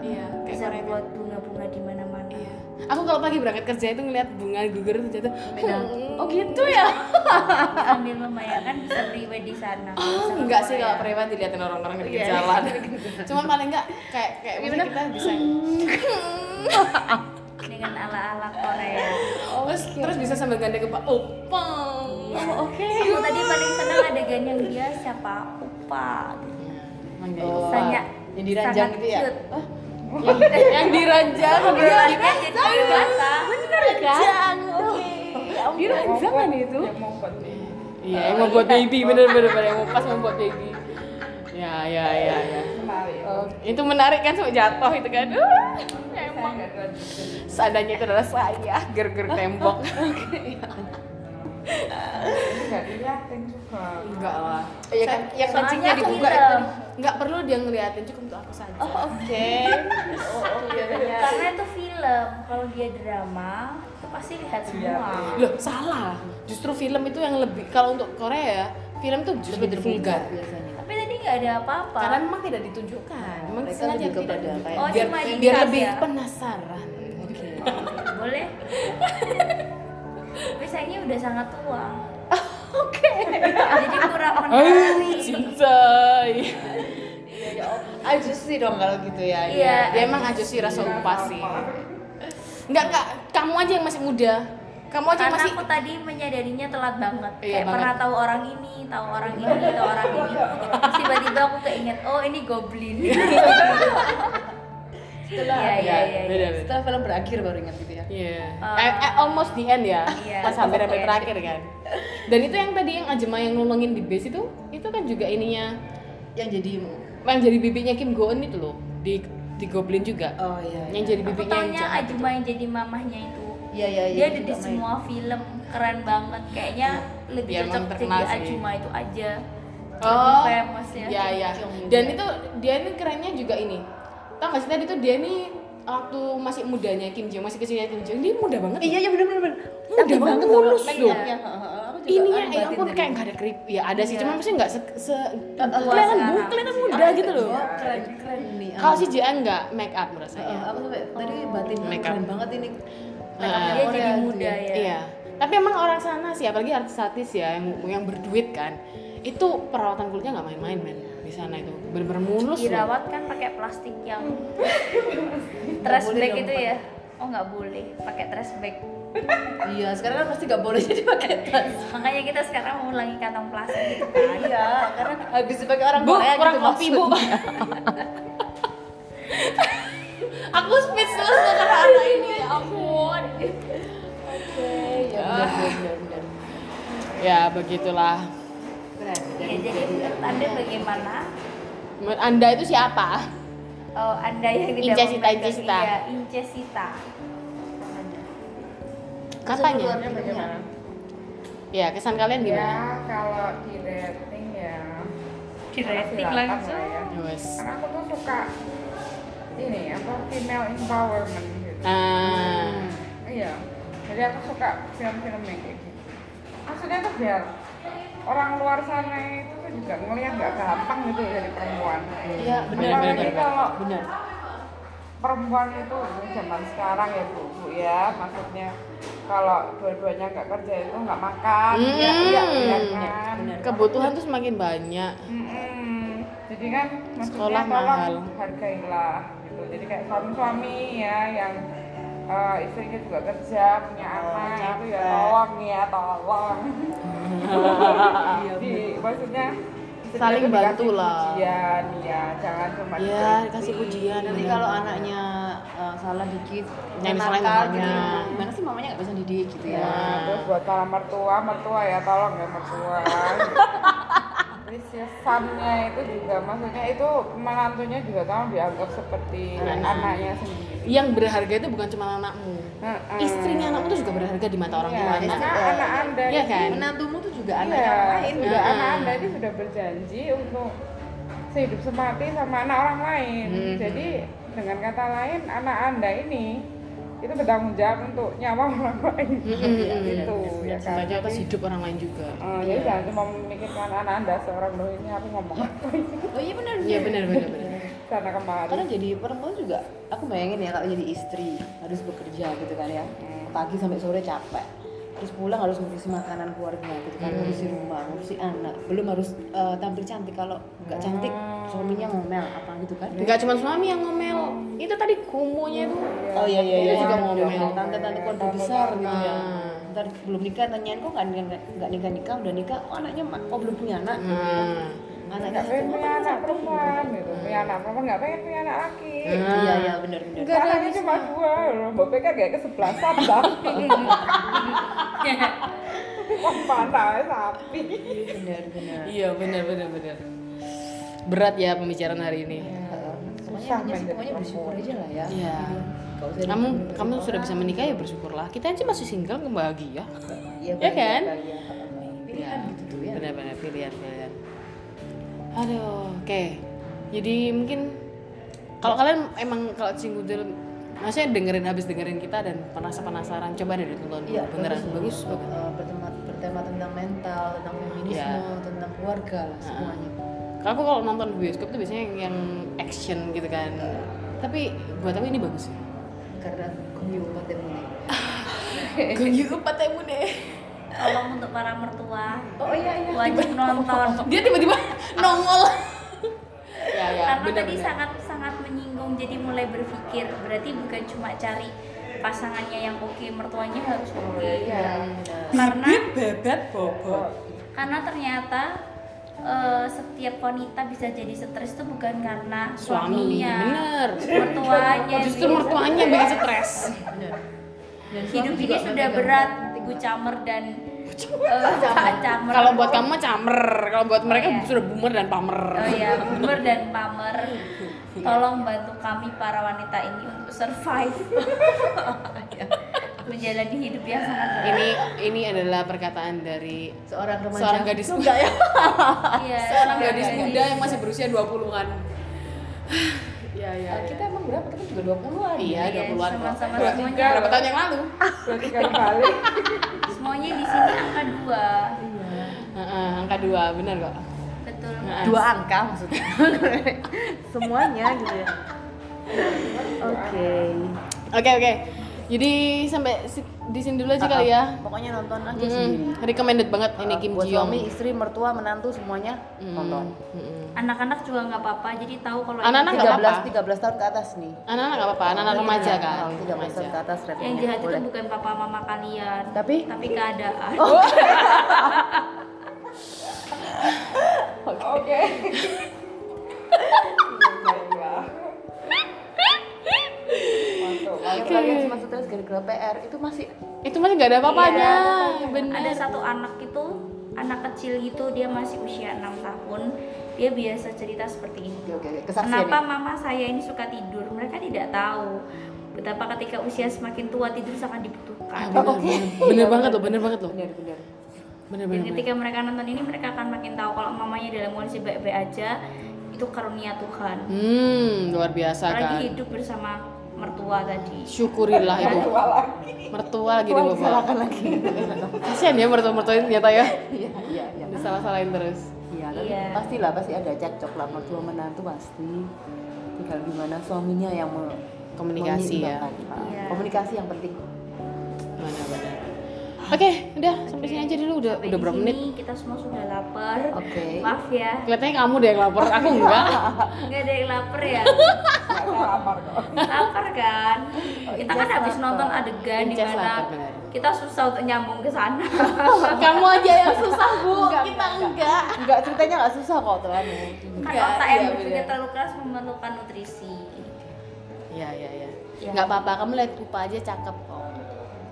A: Iya, kayak
C: Bisa
A: Korea.
C: buat bunga-bunga di mana-mana.
A: Iya. Aku kalau pagi berangkat kerja itu ngeliat bunga gugur itu jatuh. Hmm,
B: Oh gitu ya.
C: Sambil membayangkan bisa priwed di sana.
A: Oh,
C: Bisa ke
A: enggak sih
C: Korea.
A: kalau preman diliatin orang-orang di
B: Iya,
A: pinggir jalan. Cuman paling enggak kayak kayak maksudnya kita bisa
C: dengan ala-ala Korea.
A: terus terus bisa sambil gandeng kepala. Opa. Oh,
C: Oke. Iya. Aku tadi paling senang adegan yang dia siapa? Upa.
A: Oh.
C: Sanya.
B: Yang diranjang
C: sangat
B: gitu ya?
C: cute.
A: Yang diranjang berarti
C: Dia jadi dewasa.
A: Ya
D: Diranjang kan itu? Ya mau buat ini.
A: Iya, yang membuat baby bener-bener yang mau pas membuat baby. Ya, ya, ya, ya.
D: Menarik.
A: Oh, itu menarik kan sampai jatuh itu kan. Uh,
D: Saya
A: emang
D: nggak lanjutin.
A: seadanya itu adalah saya ger-ger tembok.
D: Ini nggak diliatin juga.
A: Enggak lah. Ya kan iya. Oh. yang
C: Soalnya
A: kencingnya
C: aku
A: dibuka itu.
C: hitam.
A: Enggak perlu dia ngeliatin cukup untuk aku saja.
B: Oke. Oh, iya,
A: iya.
C: Karena itu film. Kalau dia drama, itu pasti lihat
A: Iya,
C: semua.
A: Loh, salah. Justru film itu yang lebih kalau untuk Korea, film tuh justru lebih vulgar.
B: biasanya.
C: Tapi tadi nggak ada apa-apa.
A: Karena memang tidak ditunjukkan. Memang
B: mereka
A: sengaja
B: lebih
A: tidak
B: kepada
A: ditunjukkan.
B: kayak-
C: Oh,
A: biar
C: cuma
A: biar
C: dikas
A: lebih
C: ya?
A: penasaran.
C: Boleh. Biasanya udah sangat tua. Oke. Jadi kurang
A: Oh,
C: menarik.
A: cintai.
B: Aja sih dong kalau gitu ya.
C: Iya.
A: Ya emang aja sih rasa upas sih. Enggak, enggak. Kamu aja yang masih muda. Kamu aja yang
C: Karena
A: masih
C: aku tadi menyadarinya telat banget.
A: Iya,
C: Kayak
A: banget.
C: pernah tahu orang ini, tahu orang ini, tahu orang ini. Terus tiba-tiba aku keinget, oh ini goblin.
B: Setelah
C: Iya, iya, iya,
A: ya,
C: iya.
A: beda, beda.
B: setelah film berakhir baru ingat gitu ya.
A: Iya.
C: Uh,
A: Eh, eh, almost the end ya.
C: Iya,
A: Pas hampir hampir
C: almost the
A: terakhir kan. Dan itu yang tadi yang Ajema yang nolongin di base itu, itu kan juga ininya
B: Yang jadi oh,
A: yang jadi bibinya Kim Go Eun itu loh di di Goblin juga.
B: oh iya.
A: yang jadi
C: Aku
A: bibinya yang
C: taunya
A: jahat itu.
C: Ajuma yang jadi mamahnya itu.
B: Iya iya iya.
C: Dia ada di semua film, keren banget. Kayaknya lebih
A: Dia emang
C: cocok
A: terkenal
C: jadi
A: sih.
C: Ajuma itu aja.
A: Oh,
C: famous ya.
A: ya ya. Dan itu dia ini kerennya juga ini. Tau gak sih tadi tuh dia ini waktu masih mudanya Kim Jong masih kecilnya Kim Jong dia muda banget.
B: Iya iya benar benar benar.
A: Mudah banget Oh, loh, makeupnya.
B: Iya,
A: ini ya, ya
B: yang
A: ampun kayak gak ada krip ya ada sih, cuman maksudnya gak se, se
C: tua
A: kelihatan
C: sekarang.
A: bu- kelihatan muda gitu loh.
B: Iya, Keren keren nih.
A: Kalau
B: ah.
A: si JN nggak make up menurut
B: Eh, eh,
A: saya.
B: aku sampai tadi batin
A: Iya. Oh, Makeup.
B: keren banget ini.
A: Ah.
C: Dia
B: Korea
C: jadi
B: gitu
C: muda ya.
A: Iya. Tapi emang orang sana sih, apalagi artis-artis ya yang yang berduit kan, itu perawatan kulitnya nggak main-main men di sana itu bener-bener mulus loh.
C: Dirawat kan pakai plastik yang trash
B: boleh
C: bag
B: dong,
C: itu ya. Oh nggak boleh pakai trash bag.
B: Iya, sekarang kan pasti gak boleh jadi pakai tas.
C: Makanya kita sekarang mengulangi kantong plastik gitu kan.
B: Iya, karena habis dipakai orang
A: Bu,
B: Korea
A: kurang
B: gitu
A: kopi bu.
B: maksudnya.
A: Aku speechless tuh karena anak ini, ya ampun.
B: Iya, benar benar benar.
A: Ya begitulah.
B: Keren.
C: Ya, jadi menurut Anda bagaimana?
A: Menurut Anda itu siapa?
C: Oh, anda yang
A: Incesita,
C: tidak memegang-
A: Incesita.
C: Iya, Incesita.
A: Katanya.
D: Bagaimana?
A: Ya kesan kalian
D: Iya, Ya
A: gimana?
D: kalau di rating ya.
C: Di rating
D: silakan
C: langsung.
D: lah ya.
A: Yes.
D: Karena aku tuh suka ini apa female empowerment gitu.
A: Ah,
D: Iya. Jadi aku suka film-film yang kayak gitu. Maksudnya tuh biar orang luar sana itu tuh juga ngelihat nggak gampang gitu dari perempuan.
B: Iya, benar
A: Ya, Apalagi
B: benar benar.
D: kalau
B: Benar.
D: perempuan itu ini zaman sekarang ya bu, bu ya maksudnya kalau dua-duanya nggak kerja itu nggak makan
A: Hmm.
D: iya iya iya
A: Iya,
D: kan
A: kebutuhan tuh semakin banyak.
D: Mm-mm. jadi kan maksudnya
A: Sekolah
D: tolong
A: mahal.
D: hargailah gitu gitu jadi kayak suami-suami ya yang eh, istrinya juga kerja punya
A: Oh,
D: anak itu ya tolong ya tolong di maksudnya istrinya
A: Saling
D: tuh dikasih
A: bantu lah.
D: pujian ya jangan cuma
A: Iya,
D: dikritik.
A: dikasih pujian.
B: nanti
A: bener.
B: kalau anaknya eh, salah dikit
A: Yang disalahin
B: nakal
A: mamanya.
B: gitu gimana sih mamanya nggak bisa didik gitu ya
D: ya terus buat para mertua mertua ya tolong ya mertua terus ya sonnya itu juga maksudnya itu menantunya juga kamu dianggap seperti anaknya sendiri
A: yang berharga itu bukan cuma anakmu.
D: Heeh.
A: Istrinya anakmu tuh juga berharga di mata orang
D: Iya,
A: tua anak.
D: anak anak anda
A: Iya
D: itu-
A: kan?
B: menantumu tuh juga anak
D: iya,
B: yang lain gitu.
D: sudah
A: Heeh.
D: anak anda ini sudah berjanji untuk sehidup semati sama anak orang lain
A: Hmm.
D: jadi dengan kata lain anak anda ini itu bertanggung jawab untuk nyawa orang lain gitu
A: iya.
D: ya kan
A: Sebagai atas
D: Jadi-
A: hidup orang lain juga.
D: Eh, Jadi jangan cuma memikirkan anak anda seorang doi ini aku ngomong apa ini
B: oh iya benar
A: Iya benar benar benar.
D: sana kemari.
B: karena jadi perempuan juga aku bayangin ya kalau jadi istri harus bekerja gitu kan ya pagi sampai sore capek terus pulang harus ngurusi makanan keluarga gitu kan ngurusi rumah ngurusi anak belum harus eh, tampil cantik kalau nggak cantik suaminya ngomel apa gitu kan
A: Enggak cuma suami yang ngomel. Itu tadi kumunya itu.
B: oh iya iya
A: Itu
B: iya
A: juga ngomel.
B: tante tante keluarga besar gitu ya
A: Ah.
B: ntar belum nikah tanyain kok nggak nikah nggak nikah nikah udah nikah oh, anaknya ma- oh belum punya anak
A: Nah.
B: anaknya
D: Nggak
B: satu
D: pengen
B: oh,
D: punya anak perempuan gitu, punya anak perempuan nggak pengen punya anak laki.
B: iya iya benar benar
D: Anaknya cuma dua, loh. Mbak PK kayak kesebelasan bang. Kok pantai sapi.
B: benar benar
A: Iya benar benar benar. Berat ya pembicaraan hari ini.
D: Susah
B: Pokoknya
D: menjadi
B: semuanya bersyukur
D: perempuan.
B: aja lah ya
A: Iya.
B: Nggak usah
A: Kamu kamu sudah bisa menikah ya bersyukurlah. Kita aja masih single kebahagia.
B: Iya
A: Ya kan?
B: Pilihan gitu tuh ya.
A: Benar-benar pilihan pilihan. Aduh, oke. Jadi mungkin kalau kalian emang kalau singgung maksudnya dengerin habis dengerin kita dan penasa penasaran coba deh ditonton dulu.
B: Iya,
A: beneran bagus.
B: bagus. Iya. Eh, bertema, bertema tentang mental, tentang feminisme, tentang keluarga lah semuanya.
A: Kalau aku kalau nonton bioskop tuh biasanya yang, yang action gitu kan. Tapi buat aku ini bagus ya. sih.
B: Karena kunjung umat dan ini.
A: Ganggu patemu deh.
C: tolong untuk para mertua
B: Oh iya iya.
C: wajib nonton
A: Dia tiba-tiba nongol. ya ya.
C: karena tadi
A: benar-benar.
C: sangat sangat menyinggung jadi mulai berpikir berarti bukan cuma cari pasangannya yang oke mertuanya harus
A: Oh,
C: oke
B: Iya.
A: iya.
C: karena
A: bebet bobot.
C: karena ternyata eh, setiap wanita bisa jadi stres itu bukan karena
A: Suami,
C: suaminya
A: bener.
C: mertuanya
A: Justru
C: yang bikin
A: mertuanya yang bikin stres.
C: hidup ini sudah berat Bu Camer dan eh, Pak Camer
A: Kalau buat kamu mah camer, kalau buat mereka
C: Iya.
A: sudah boomer dan pamer.
C: Oh ya, Bumber dan Pamer, tolong bantu kami para wanita ini untuk survive menjalani hidup yang sangat berat.
A: Ini ini adalah perkataan dari
B: Seorang remaja.
A: seorang gadis muda ya.
C: Iya,
A: seorang gadis muda yang masih berusia 20-an. Iya, iya.
B: Eh, Kita emang berapa? Kita juga 20-an.
A: Iya,
C: Iya,
A: 20-an. kok.
C: sama-sama
A: Dua-
C: semuanya.
A: Berapa tahun yang lalu?
D: Dua tiga kali.
C: Semuanya di sini angka dua,
A: Heeh, angka 2, benar kok.
C: betul.
A: Heeh.
B: Dua angka maksudnya. semuanya gitu ya. Oke.
A: Oke, oke. Jadi sampai si- di sini dulu aja kali ya.
B: Pokoknya nonton aja sendiri. Eh,
A: Mm, recommended banget ini Kim
B: buat
A: Ji Yong.
B: suami, istri, mertua, menantu semuanya
A: Mm,
B: nonton.
A: mm.
C: Anak-anak juga nggak apa-apa, jadi tahu kalau
A: Anak-anak nggak apa-apa.
B: 13 13 tahun ke atas nih.
A: Anak-anak nggak apa-apa, anak-anak remaja kan.
B: Oh,
A: Remaja.
B: 13 tahun ke atas ratingnya.
C: yang jahat itu kan?
B: Boleh.
C: bukan papa mama kalian,
B: Tapi?
C: tapi keadaan.
A: Oh,
C: Iya.
D: Oke. Masuk.
B: Yang kalian cuma stres gara-gara PR itu masih
A: Itu masih Eh, nggak ada
C: Iya,
A: apa-apanya. Bener.
C: Ada satu anak itu, anak kecil gitu, dia masih usia enam tahun, dia biasa cerita seperti ini.
B: oke oke oke. kesaksian
C: Kenapa mama saya ini suka tidur? Mereka tidak tahu betapa ketika usia semakin tua tidur sangat dibutuhkan.
A: Bener, bener, bener banget loh, bener
B: ya?
A: banget loh.
B: benar-benar
A: Bener
C: Dan
A: bener. bener.
C: ketika mereka nonton ini mereka akan makin tahu kalau mamanya dalam kondisi baik-baik aja itu karunia Tuhan.
A: Hmm, luar biasa
C: Apalagi
A: kan.
C: hidup bersama mertua tadi.
A: Syukurilah itu.
D: Dua lagi.
A: Mertua lagi deh bapak. Kasian ya mertua mertua ini ternyata ya.
B: iya iya iya
A: Disalah salahin terus.
B: iya kan
C: Iya.
B: pastilah pasti ada cekcok lah mertua menantu pasti tinggal gimana suaminya yang me-
A: Komunikasi ya.
B: menyeimbangkan. Ah,
C: Iya.
B: komunikasi yang penting
A: Mana bener. Oke, udah sampai sini aja dulu. Udah
C: Sampai
A: udah
C: di
A: berapa menit?
C: sini kita semua sudah lapar.
B: oke
C: Maaf ya,
A: Kelihatannya kamu deh yang lapar, aku enggak.
C: nggak ada yang lapar ya.
D: Nggak
E: lapar kok.
C: lapar kan
A: Oh,
C: kita kan
B: Ijaz
C: habis
B: lapar.
C: nonton adegan di
A: Ijaz lapar,
C: mana
A: bener.
C: kita susah untuk nyambung ke sana
A: Kamu aja yang susah bu, kita enggak.
B: Enggak ceritanya enggak susah kok tuh kan.
C: kan
A: Enggak,
C: otak
A: iya,
C: yang berpikir
A: bener.
C: terlalu keras memerlukan nutrisi
A: Iya iya iya.
C: Iya.
A: Enggak apa-apa, kamu lihat Upa aja cakep kok.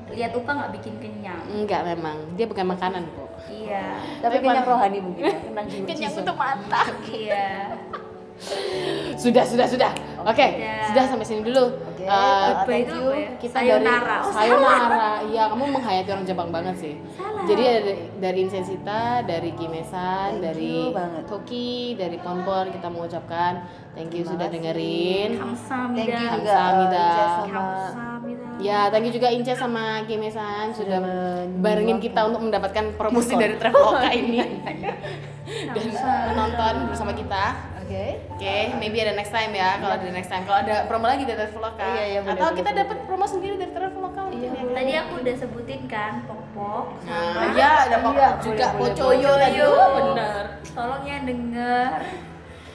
C: lihat upa nggak bikin kenyang
A: Enggak memang, dia bukan makanan kok.
C: iya
B: Tapi kenyang rohani mungkin. ya, Tenang jiwa.
A: Kenyang untuk mata.
C: iya
A: Sudah sudah sudah. Oke,
C: Sudah.
A: sudah sampai sini dulu.
B: Oke,
A: Eh,
B: Apa
C: apa
B: thank
C: itu
B: you.
C: apa ya?
A: kita
C: sayonara
A: dari
C: oh
A: sayonara iya kamu menghayati orang Jepang banget sih
C: Salah.
A: jadi dari, dari Insensita dari Kimesan
B: Thank
A: dari
B: you banget.
A: Toki dari Ponpon kita mengucapkan thank you
B: Terima
A: sudah
B: kasih.
A: dengerin
C: kamsahamnida
B: Thank you juga
A: Kamsahamnida.
B: eh, Jess sama
C: kamsahamnida
A: ya thank you juga Ince sama Kimesan sudah
B: menyuapkan.
A: barengin kita untuk mendapatkan promosi dari Traveloka
B: Iya.
A: ini dan menonton bersama kita
B: Oke.
A: Oke, maybe ada next time ya. Kalau ada next time, kalau ada promo lagi dari Traveloka,
B: Iya, iya, bener,
A: atau
B: bener,
A: kita
B: bener.
A: dapat promo sendiri dari Traveloka.
B: Iya,
A: mungkin ya kan?
C: tadi aku udah sebutin kan pokpok
A: Nah, iya ada pokok
B: Iya,
A: juga
B: boleh,
A: pocoyo
C: boleh,
A: lagi.
C: boleh.
A: Bener.
C: tolong ya denger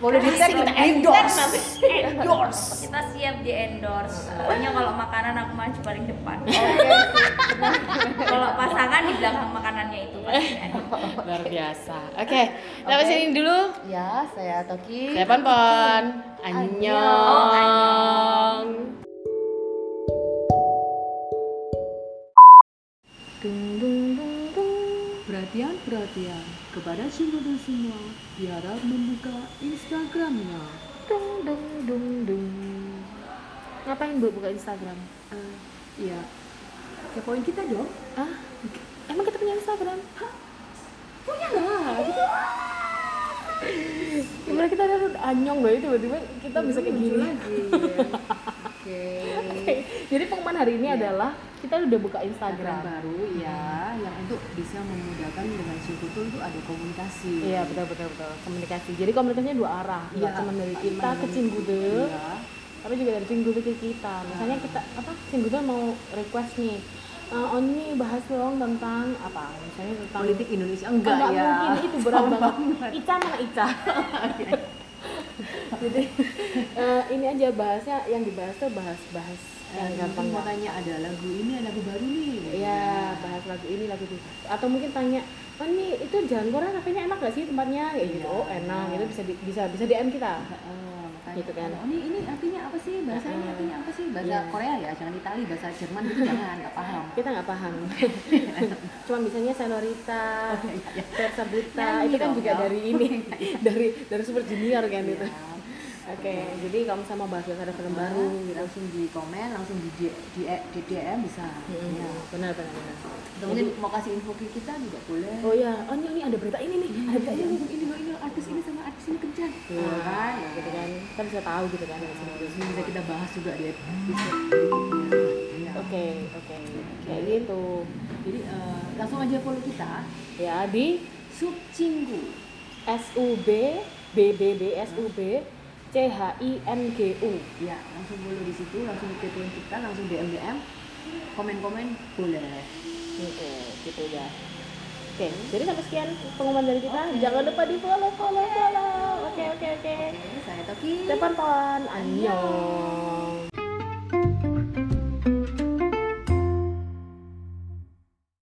B: Boleh di
A: Bisa kita endorse. Endorse.
C: kita siap di endorse pokoknya kalau makanan aku maju paling depan
A: Oh, iya,
C: kalau pasangan di belakang makanannya itu pasti ada.
A: Luar biasa. Oke, sampai sini dulu.
B: Ya, saya Toki.
A: Saya Ponpon.
C: Oh,
A: Annyeong.
B: Dung dung dung dung. Perhatian perhatian kepada Shinoda semua, biarlah membuka Instagramnya. Dung dung dung dung.
A: Ngapain Bu buka Instagram?
B: Eh, Iya. Kepoin kita dong.
A: Ah, emang kita punya Instagram? Hah? Punya lah. Gimana kita ada anyong loh itu tiba-tiba kita bisa kayak gini.
B: lagi. Oke.
A: Jadi pengumuman hari
B: Iya.
A: ini adalah kita udah buka
B: Instagram
A: Instagram. Mm-hmm.
B: baru ya, yang untuk bisa memudahkan dengan Shikutul itu ada komunikasi.
A: Iya betul betul betul komunikasi. Jadi komunikasinya dua arah, nggak
B: Iya,
A: cuma dari
B: cuman
A: kita ke
B: dari-
A: Cinggude,
B: Iya.
A: tapi juga dari Cinggude ke kita. Misalnya kita apa Cinggude mau request nih, "Eh, Oni bahas dong tentang apa? Misalnya tentang
B: Politik Indonesia
A: Ah,
B: enggak,
A: nggak
B: ya.
A: mungkin itu berat banget. Ica mana Ica? Jadi eh, ini aja bahasnya yang dibahas tuh bahas bahas yang gampang
B: Iya, mau
A: lah.
B: tanya ada lagu ini ada lagu baru nih.
A: Iya, bahas lagu ini, lagu itu. Atau mungkin tanya, "Oh, ini itu jalan koran kafenya enak gak sih tempatnya?" Kayak gitu. Oh, enak. Itu bisa di- bisa bisa DM kita.
B: Heeh, makanya.
A: Gitu kan.
B: Oh, ini ini artinya apa sih? Bahasa ini
A: Heeh.
B: artinya apa sih? Bahasa
A: Iya.
B: Korea ya, jangan Itali, bahasa Jerman gitu jangan, enggak paham.
A: Kita nggak paham. Cuma bisanya senorita, Versa Buta,
B: Nyanyi
A: itu kan
B: dong,
A: juga
B: Yel.
A: dari ini, dari dari Super Junior kan itu. Oke, jadi kamu sama bahas bahasa ada film baru
B: Baru
A: gitu.
B: langsung di komen, langsung di D- di eh, di DM bisa.
A: Mm-hmm.
B: Iya.
A: Hmm, Benar, benar, benar.
B: Atau mungkin mau kasih info ke kita juga boleh.
A: Oh iya, oh ini, ini ada berita ini nih, ada berita ini.
B: ini ini loh, ini loh, artis ini sama artis ini kencan.
A: Iya,
B: Iya kan?
A: gitu kan. Kita bisa tahu gitu kan. dari sini.
B: Terus bisa kita bahas juga di episode berikutnya. Iya.
A: Oke, oke. Kayak gitu.
B: Jadi eh, langsung aja follow kita
A: Ya, di
B: Sup Cinggu.
A: SUB BBB SUB CHINGU.
B: Ya, langsung follow di situ, langsung kepoin kita, langsung DM DM, komen-komen boleh.
A: Gitu, gitu ya. Oke, jadi sampai sekian pengumuman dari kita. Jangan lupa di follow, follow, follow. Oke, oke, oke.
B: Oke, saya Toki.
A: Telepon, Annyeong.